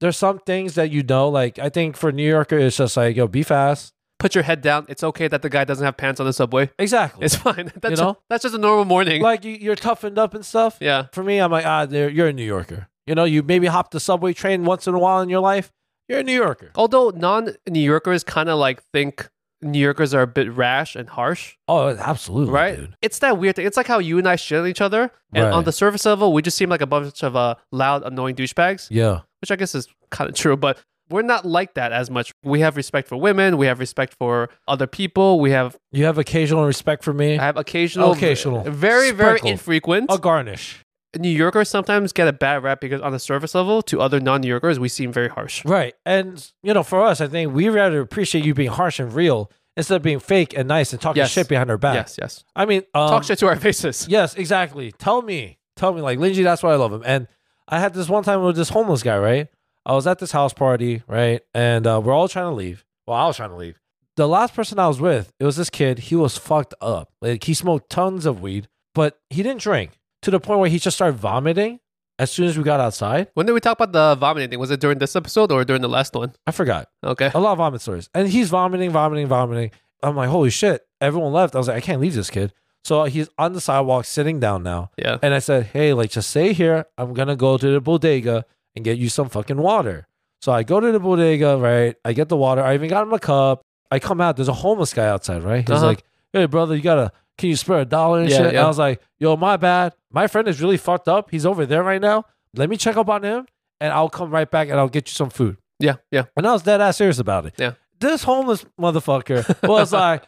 there's some things that you know. Like I think for New Yorker, it's just like yo, be fast. Put your head down. It's okay that the guy doesn't have pants on the subway. Exactly. It's *laughs* fine. That's know? that's just a normal morning. like you, you're toughened up and stuff. yeah. for me, I'm like, ah, there- you're a New Yorker. You know, you maybe hop the subway train once in a while in your life. You're a New Yorker. Although non New Yorkers kind of like think New Yorkers are a bit rash and harsh, Oh, absolutely, right? dude. It's that weird thing. It's like how you and I shit on each other, and Right. on the surface level, we just seem like a bunch of uh, loud, annoying douchebags. Yeah, which I guess is kind of true, but we're not like that as much. We have respect for women. We have respect for other people. We have you have occasional respect for me. I have occasional, Eh, Occasional. very very Sprinkled. infrequent. I'll garnish. New Yorkers sometimes get a bad rap because on the surface level, to other non-New Yorkers, we seem very harsh. Right, and you know, for us, I think we rather appreciate you being harsh and real instead of being fake and nice and talking Yes. shit behind our back. Yes, yes. I mean, um, Talk shit to our faces. Yes, exactly. Tell me, tell me, like Lindsay, that's why I love him. And I had this one time with this homeless guy, right? I was at this house party, right? And uh, we're all trying to leave. Well, I was trying to leave. The last person I was with, it was this kid. He was fucked up. Like he smoked tons of weed, but he didn't drink to the point where he just started vomiting as soon as we got outside, When did we talk about the vomiting thing? Was it during this episode or during the last one? I forgot. Okay. a lot of vomit stories. And he's vomiting, vomiting, vomiting. I'm like, holy shit. Everyone left. I was like, I can't leave this kid. So he's on the sidewalk sitting down now. Yeah. And I said, hey, like, just stay here. I'm going to go to the bodega and get you some fucking water. So I go to the bodega, right? I get the water. I even got him a cup. I come out. There's a homeless guy outside, right? He's Uh-huh. like, hey, brother, you got to, can you spare a dollar and Yeah, shit? And yeah. I was like, yo, my bad. My friend is really fucked up. He's over there right now. Let me check up on him and I'll come right back and I'll get you some food. Yeah. Yeah. *laughs* And I was dead ass serious about it. Yeah. This homeless motherfucker was *laughs* like,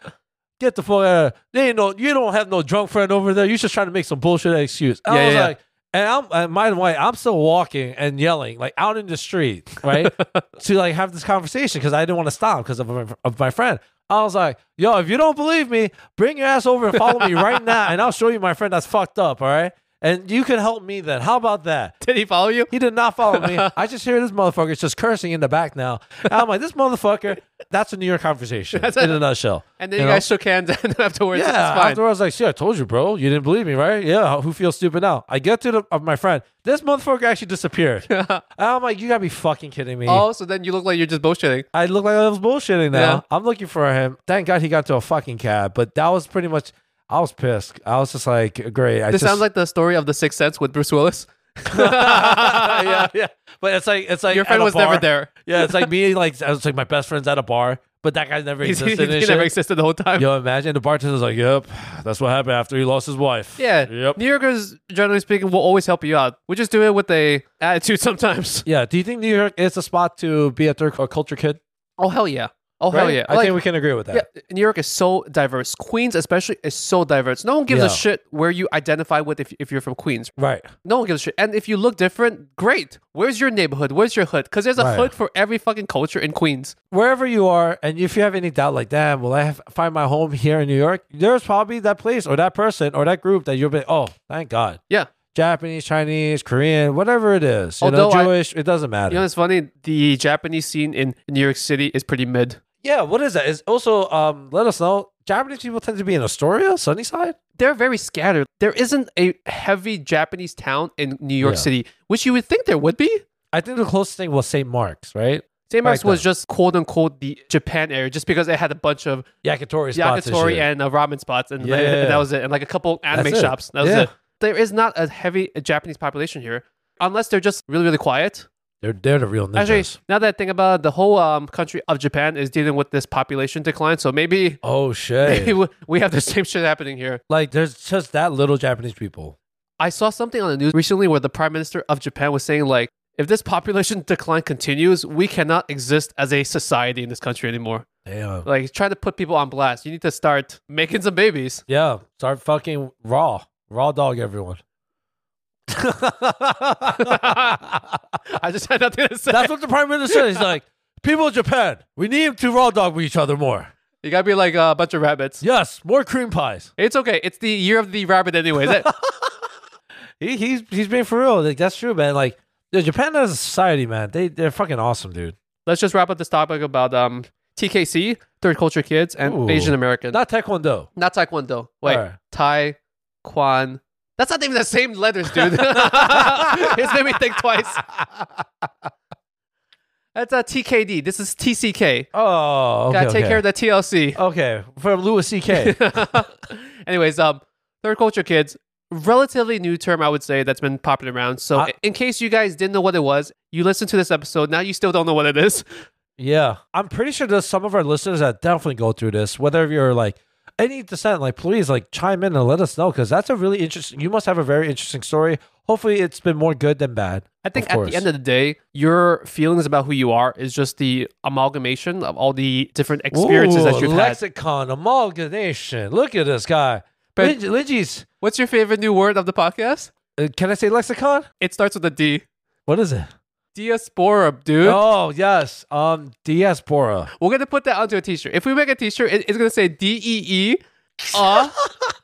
get the fuck out of They ain't no you don't have no drunk friend over there. You just trying to make some bullshit excuse. I Yeah, was yeah, yeah. like, and I'm and mind why I'm still walking and yelling, like out in the street, *laughs* right? to like have this conversation because I didn't want to stop because of my, of my friend. I was like, yo, if you don't believe me, bring your ass over and follow me *laughs* right now, and I'll show you my friend that's fucked up, all right? And you can help me then. How about that? Did he follow you? He did not follow *laughs* me. I just hear this motherfucker just cursing in the back now. And I'm like, this motherfucker, that's a New York conversation in a nutshell. And then You you, know? guys shook hands *laughs* and afterwards Yeah, it's fine. after I was like, see, I told you, bro. You didn't believe me, right? Yeah, who feels stupid now? I get to the, of my friend. This motherfucker actually *laughs* disappeared. And I'm like, you gotta be fucking kidding me. oh, so then you look like you're just bullshitting. I look like I was bullshitting now. Yeah. I'm looking for him. Thank God he got to a fucking cab, but that was pretty much, I was pissed. I was just like, great. I This just, sounds like the story of The Sixth Sense with Bruce Willis. *laughs* yeah, yeah. But it's like, it's like, Your at friend a was bar. never there. Yeah, it's like me, like I was like my best friend's at a bar, but that guy never He's, *laughs* he, existed. and he never shit. existed the whole time. Yo, imagine the bartender's like, "Yep, that's what happened after he lost his wife." Yeah. Yep. New Yorkers, generally speaking, will always help you out. We just do it with a attitude *laughs* sometimes. Yeah. Do you think New York is a spot to be a third a culture kid? Oh hell yeah. Oh hell Right? yeah. I Like, think we can agree with that. yeah, New York is so diverse. Queens, especially, is so diverse. No one gives Yeah. a shit where you identify with if, if you're from Queens. Right. No one gives a shit. And if you look different, great. Where's your neighborhood? Where's your hood? Because there's a Right. hood for every fucking culture in Queens. Wherever you are, and if you have any doubt, like, "Damn, will I have, find my home here in New York?" There's probably that place or that person or that group that you'll be, "Oh, thank God." Yeah. Japanese, Chinese, Korean, whatever it is, you Although I- know, Jewish, it doesn't matter. You know, it's funny. The Japanese scene in New York City is pretty mid. yeah, what is that? Is also um, let us know. Japanese people tend to be in Astoria, Sunnyside. They're very scattered. There isn't a heavy Japanese town in New York Yeah. City, which you would think there would be. I think the closest thing was St. Mark's, right? St. Mark's Like was just quote unquote the Japan area, just because it had a bunch of Yakitori spots. and yakitori shit. and uh, ramen spots, and Yeah. and that was it, and like a couple anime That's it. shops. That was Yeah. it. There is not a heavy Japanese population here, unless they're just really really quiet. they're they're the real ninjas. Actually, now that I think about it, the whole um, country of Japan is dealing with this population decline, so maybe. *laughs* oh maybe shit! we- we have the same shit happening here. like there's just that little Japanese people. I saw something on the news recently where the prime minister of Japan was saying like, if this population *laughs* decline continues, we cannot exist as a society in this country anymore. Damn. Like trying to put people on blast. You need to start making some babies. *laughs* Yeah. Start fucking raw, raw dog everyone. *laughs* That's I just had nothing to say. what the prime minister said. He's like, people of Japan, we need to raw dog with each other more. *laughs* you gotta be like a bunch of rabbits. Yes, more cream pies. It's okay. It's the year of the rabbit, anyways. That- He, he's he's being for real. Like that's true, man. Like dude, Japan as a society, man, they they're fucking awesome, dude. Let's just wrap up this topic about um TKC, third culture kids, and Ooh. Asian American. Not, Not taekwondo. Taekwondo. Wait, Alright. Tai Quan. That's not even the same letters, *laughs* dude. *laughs* it's made me think twice. That's uh, a TKD. This is TCK. Oh, okay, Gotta take okay. care of the TLC. Okay, from Louis C.K. *laughs* Anyways, um, third culture kids, relatively new term, I would say, that's been popping around. So, I- in case you guys didn't know what it was, you listened to this episode. Now you still don't know what it is. *laughs* yeah, I'm pretty sure there's some of our listeners that definitely go through this. Whether you're like any descent, like please like chime in and let us know because that's a really interesting. You must have a very interesting story. Hopefully, it's been more good than bad. I think Of at course. the end of the day, your feelings about who you are is just the amalgamation of all the different experiences Ooh, that you've had. lexicon amalgamation. Look at this guy, But- Lin- Linji's. What's your favorite new word of the podcast? Uh, can I say lexicon? It starts with a D. What is it? Diaspora, dude. Oh yes, um, diaspora. We're gonna put that onto a T-shirt. If we make a T-shirt, it- it's gonna say D *laughs* E E, uh,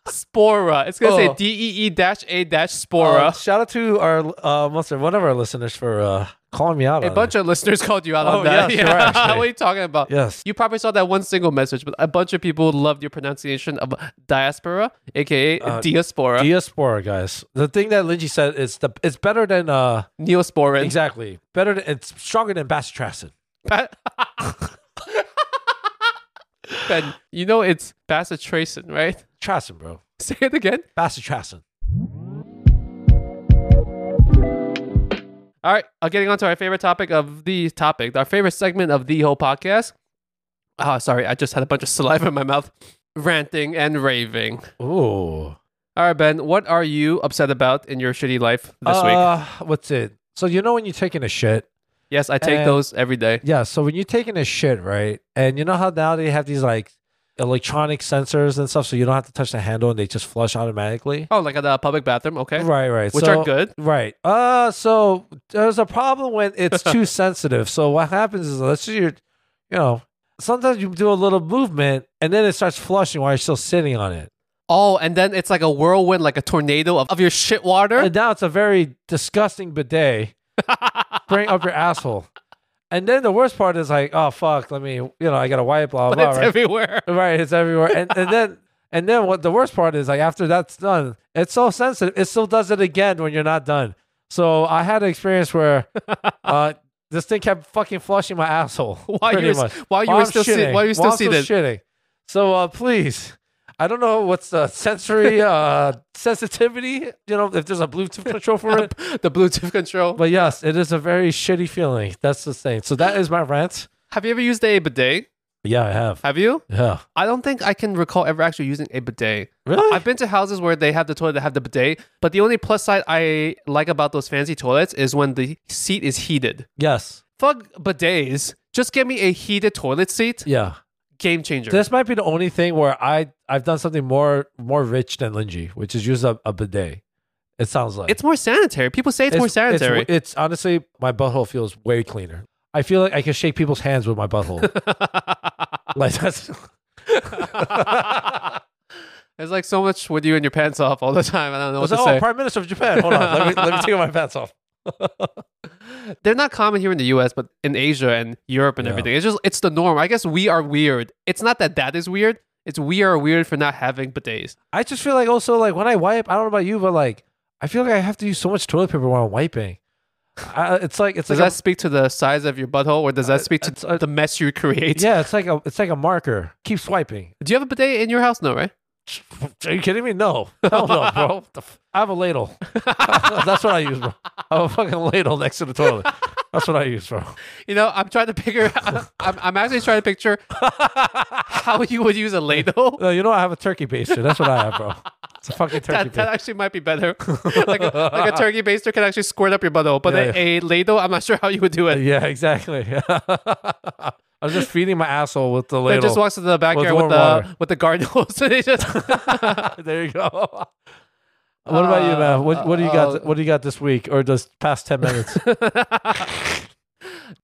spora. It's gonna say Oh. D E E dash A dash Uh, spora. shout out to our uh, what's their- one of our listeners for uh, calling me out. A on bunch of listeners called you out Oh, on that. yes, you're right, actually. *laughs* what are you talking about? It. Yes. You probably saw that one single message, but a bunch of people loved your pronunciation of diaspora, aka Uh, diaspora, Diaspora guys. The thing that Lindsay said is the it's better than uh neosporin. exactly better than it's stronger than bacitracin. *laughs* ben, you know it's bacitracin, right? Tracin, bro. *laughs* Say it again. Bacitracin. All right, uh, getting on to our favorite topic of the topic, our favorite segment of the whole podcast. Ah, sorry, I just had a bunch of saliva in my mouth, ranting and raving. Ooh. All right, Ben, what are you upset about in your shitty life this week? uh, What's it? So you know when you're taking a shit. Yes, I take and- those every day. Yeah. So when you're taking a shit, right? And you know how now they have these like electronic sensors and stuff, so you don't have to touch the handle and they just flush automatically. Oh, like at the public bathroom, okay, Right. Right. which So- are good. Right. Uh so there's a problem when it's *laughs* too sensitive. So what happens is let's say you're you know, sometimes you do a little movement and then it starts flushing while you're still sitting on it. Oh, and then it's like a whirlwind, like a tornado of, of your shit water. And now it's a very disgusting *laughs* bidet spraying up your asshole. And then the worst part is like, oh fuck, let me you know, I gotta wipe, blah but blah *laughs* it's blah. Right? everywhere. right, it's everywhere. And and then and then what the worst part is like after that's done, it's so sensitive, it still does it again when you're not done. So I had an experience *laughs* where uh, this thing kept fucking flushing my asshole. *laughs* While pretty you're- much. while you were I'm still sit- shitting, while you were still I'm seated. shitting. So uh, please, I don't know what's the *laughs* sensory uh, sensitivity. You know, if there's a Bluetooth control for it. *laughs* the Bluetooth control. But yes, it is a very shitty feeling. That's the thing. So that is my rant. Have you ever used a bidet? Yeah, I have. Have you? Yeah. I don't think I can recall ever actually using a bidet. Really? I've been to houses where they have the toilet that have the bidet, but the only plus side I like about those fancy toilets is when the seat is heated. yes. Fuck bidets. Just give me a heated toilet seat. Yeah. Game changer. This might be the only thing where I I've done something more more rich than Linji, which is use a, a bidet. It sounds like it's more sanitary. People say it's, more it's- sanitary. It's, honestly my butthole feels way cleaner. I feel like I can shake people's hands with my *laughs* butthole. like that's *laughs* There's like so much with you and your pants off all the *laughs* time. I don't know what It's to like, oh, say. Prime Minister of Japan. Hold on, let me let me take my pants off. They're not common here in the U.S., but in Asia and Europe and Yeah. everything, it's just it's the norm. I guess we are weird. It's not that that is weird. It's we are weird for not having bidets. I just feel like also like when I wipe, I don't know about you, but like I feel like I have to use so much toilet paper when I'm wiping. I, it's like it's Does like that speak to the size of your butthole, or does that speak it's, to uh, the mess you a, create? yeah, it's like a it's like a marker. Keep swiping. *laughs* Do you have a bidet in your house? No, right? Are you kidding me? No. *laughs* Hell no, bro. What the f- I have a ladle. That's what I use, bro. I have a fucking ladle next to the toilet. That's what I use, bro. You know, I'm trying to figure. I'm, I'm actually trying *laughs* to picture how you would use a ladle. No, you know I have a turkey baster. That's what I have, bro. It's a fucking turkey *laughs* That, that baster. actually might be better. like, a, like a turkey baster can actually squirt up your butthole, but Yeah, a, a ladle, I'm not sure how you would do it. Yeah, exactly. *laughs* I'm just feeding my asshole with the It ladle. just walks to the backyard with warm the water. with the garden *laughs* hose. and they just- *laughs* there you go. What about you, man? What, what do you got? Uh, what do you got this week or this past ten minutes?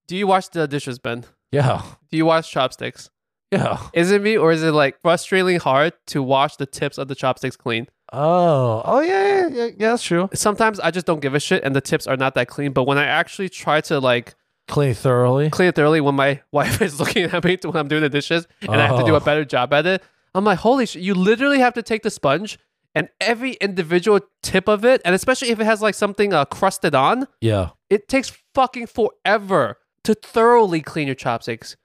do you wash the dishes, Ben? yeah, Do you wash chopsticks? yeah. Is it me or is it like frustratingly hard to wash the tips of the chopsticks clean? Oh, oh yeah, yeah, yeah, yeah. That's true. Sometimes I just don't give a shit and the tips are not that clean. But when I actually try to like Clean thoroughly. clean it thoroughly when my *laughs* wife is looking at me when I'm doing the dishes and I have to do Oh. a better job at it, I'm like, holy shit, you literally have to take the sponge and every individual tip of it, and especially if it has like something uh, crusted on, Yeah, it takes fucking forever to thoroughly clean your chopsticks.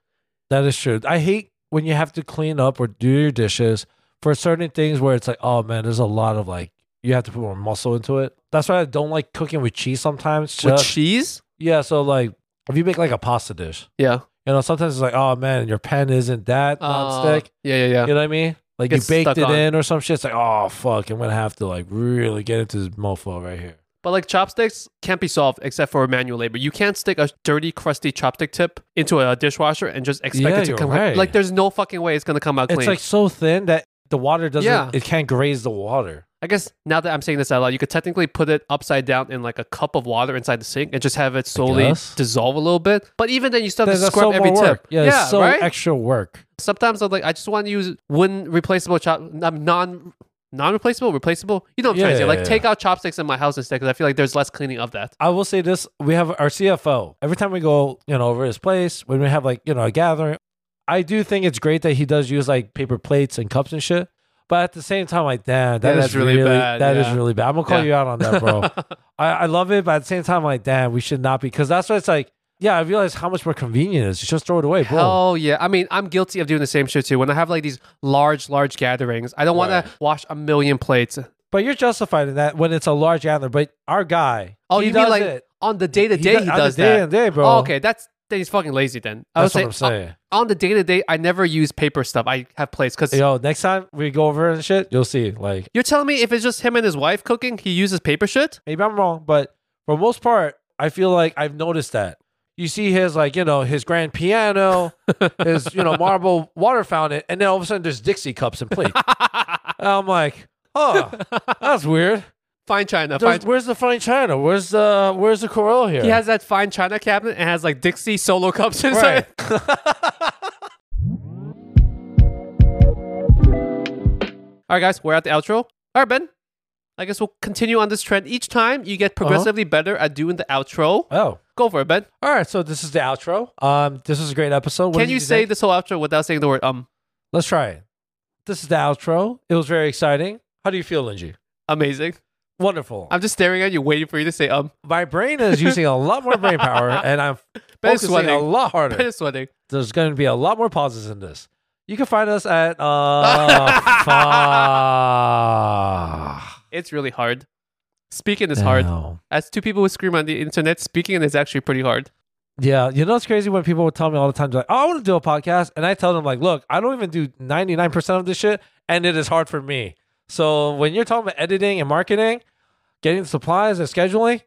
that is true. I hate when you have to clean up or do your dishes for certain things where it's like, oh man, there's a lot of like you have to put more muscle into it. That's why I don't like cooking with cheese sometimes. With just- cheese? yeah, so like if you make like a pasta dish, Yeah. you know, sometimes it's like, oh man, your pan isn't that nonstick. Uh, yeah, yeah, yeah. You know what I mean? Like you Gets baked stuck it on. in or some shit. It's like, oh fuck, I'm gonna have to like really get into this mofo right here. But like chopsticks can't be solved except for manual labor. You can't stick a dirty, crusty chopstick tip into a dishwasher and just expect Yeah, it to you're come right. out. Like there's no fucking way it's gonna come out clean. It's like so thin that the water doesn't. Yeah. It can't graze the water. I guess now that I'm saying this out loud, you could technically put it upside down in like a cup of water inside the sink and just have it slowly guess. dissolve a little bit. But even then, you still have to There's so scrub every more work. tip. Yeah, it's so right. extra work. Sometimes I'm like, I just want to use one replaceable chop, um, non non-replaceable, replaceable. You know what I'm Yeah, trying to say. yeah, Like yeah. take out chopsticks in my house instead because I feel like there's less cleaning of that. I will say this: we have our CFO. Every time we go, you know, over his place, when we have like you know a gathering, I do think it's great that he does use like paper plates and cups and shit. But at the same time, like, damn, that Yeah, is that's really bad, That is yeah. really bad. I'm gonna call Yeah. you out on that, *laughs* bro. I, I love it, but at the same time, like, damn, we should not be because that's what it's like. Yeah, I realize how much more convenient it is. Just throw it away, bro. Hell yeah. I mean, I'm guilty of doing the same shit too. When I have like these large, large gatherings, I don't want to wash a million plates. But you're justified in that when it's a large gathering. But our guy, Oh, he you does mean like it. on the day to day he on the does day that? and day, bro. Oh, okay, that's then he's fucking lazy. Then I that's would what say, uh, I'm saying. On the day to day, I never use paper stuff. I have plates because Yo, next time we go over and shit, you'll see. Like, you're telling me if it's just him and his wife cooking, he uses paper shit. maybe I'm wrong, but for most part, I feel like I've noticed that. You see his like, you know, his grand *laughs* piano, his, you know, marble water fountain, and then all of a sudden there's Dixie cups and *laughs* plates. And I'm like, oh, that's weird. Fine china. There's- Fine. where's the fine china? Where's the where's the Corel here? He has that fine china cabinet and has like Dixie solo cups inside. Right. All right, guys, we're at the outro. All right, Ben. I guess we'll continue on this trend. Each time you Uh-huh. get progressively better at doing the outro. oh. Go for it, Ben. All right, so this is the outro. Um, this is a great episode. What Can did you do say next? this whole outro without saying the word um? Let's try it. This is the outro. It was very exciting. How do you feel, Linji? Amazing. *laughs* Wonderful. I'm just staring at you, waiting for you to say um. *laughs* My brain is using a lot more brain power, and I'm Ben's focusing a sweating. lot harder. Ben is sweating. There's going to be a lot more pauses in this. You can find us at uh, fuck. It's really hard. Speaking is hard. Now. As two people who scream on the internet, speaking is actually pretty hard. Yeah, you know it's crazy when people would tell me all the time, they're like, "Oh, I want to do a podcast," and I tell them like, "Look, I don't even do 99 percent of this shit, and it is hard for me." So when you're talking about editing and marketing, getting supplies and scheduling,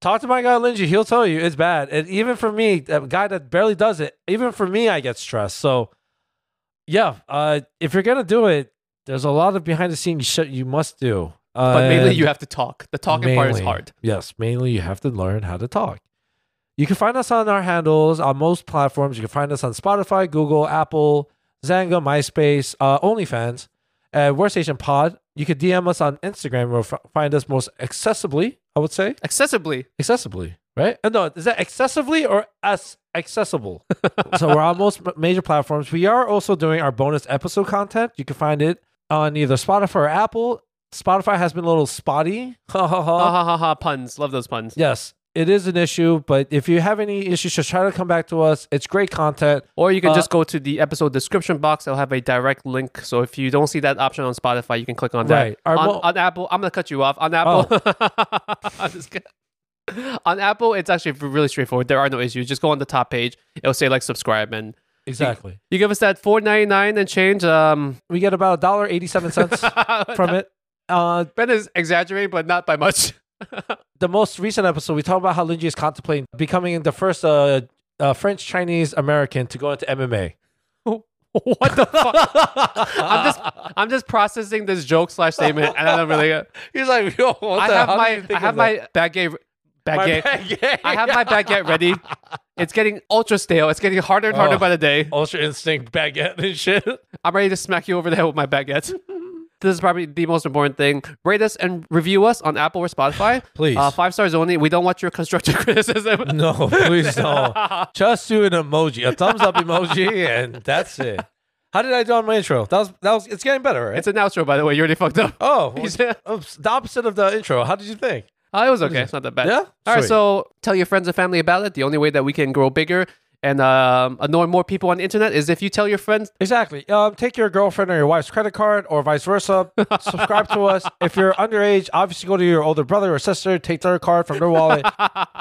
talk to my guy Lindsay. He'll tell you it's bad. And even for me, a guy that barely does it, even for me, I get stressed. So yeah, uh, if you're gonna do it, there's a lot of behind the scenes shit you must do. Uh, But mainly and- you have to talk. The talking part is Mainly. hard. Yes, mainly you have to learn how to talk. You can find us on our handles on most platforms. You can find us on Spotify, Google, Apple, Zanga, MySpace, uh, OnlyFans, uh, Workstation Pod. You could DM us on Instagram or f- find us most accessibly, I would say. Accessibly. Accessibly, right? Uh, No, is that accessibly or as *laughs* accessible? so we're on most ma- major platforms. We are also doing our bonus episode content. You can find it on either Spotify or Apple. Spotify has been a little spotty. *laughs* Ha ha ha. Ha ha ha ha puns. Love those puns. Yes, it is an issue, but if you have any issues, just try to come back to us. It's great content. Or you can Uh, just go to the episode description box. I'll have a direct link. So if you don't see that option on Spotify, you can click on that. Right. Oh. Our On, mo- on Apple, I'm gonna cut you off. On Apple, *laughs* I'm just kidding. on Apple, it's actually really straightforward. There are no issues. Just go on the top page. It'll say like subscribe, and Exactly. you give us that four ninety nine and change. Um, *laughs* We get about a dollar eighty-seven cents from it. Uh, Ben is exaggerating, but not *laughs* by much. the most recent episode, we talked about how Linji is contemplating becoming the first uh, uh, French Chinese American to go into MMA. what the fuck? I'm just I'm just processing this joke slash statement, and I don't really. He's like, yo, what I the have hell did you my think I of that? have my baguette baguette. baguette. I have my baguette ready. It's getting ultra stale. It's getting harder and harder Oh. by the day. *laughs* Ultra Instinct baguette and shit. I'm ready to smack you over the head with my *laughs* baguettes. this is probably the most important thing. Rate us and review us on Apple or Spotify. *laughs* Please. Uh, five stars only. We don't want your constructive *laughs* criticism. *laughs* No, please don't. Just do an emoji, a thumbs up emoji, and that's it. How did I do on my intro? That was that was. It's getting better, right? It's an outro, by the way. You already fucked up. *laughs* oh, well, He said- oops, the opposite of the intro. How did you think? Oh, it was okay. It's not that bad. Yeah? All right. Sweet. So tell your friends and family about it. The only way that we can grow bigger and um, annoy more people on the internet is if you tell your friends. Exactly. Um, take your girlfriend or your wife's credit card, or vice *laughs* versa. Subscribe to us. If you're underage, obviously go to your older brother or sister. Take their card from their *laughs* wallet.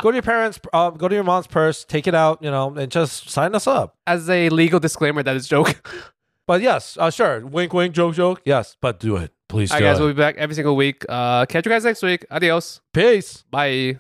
go to your parents. Um, go to your mom's purse. Take it out. You know, and just sign us up. As a legal disclaimer, that is a joke. *laughs* But yes, uh, sure. Wink, wink. Joke, joke. Yes, but do it, please. All right, do guys. it. We'll be back every single week. Uh, catch you guys next week. Adios. Peace. Bye.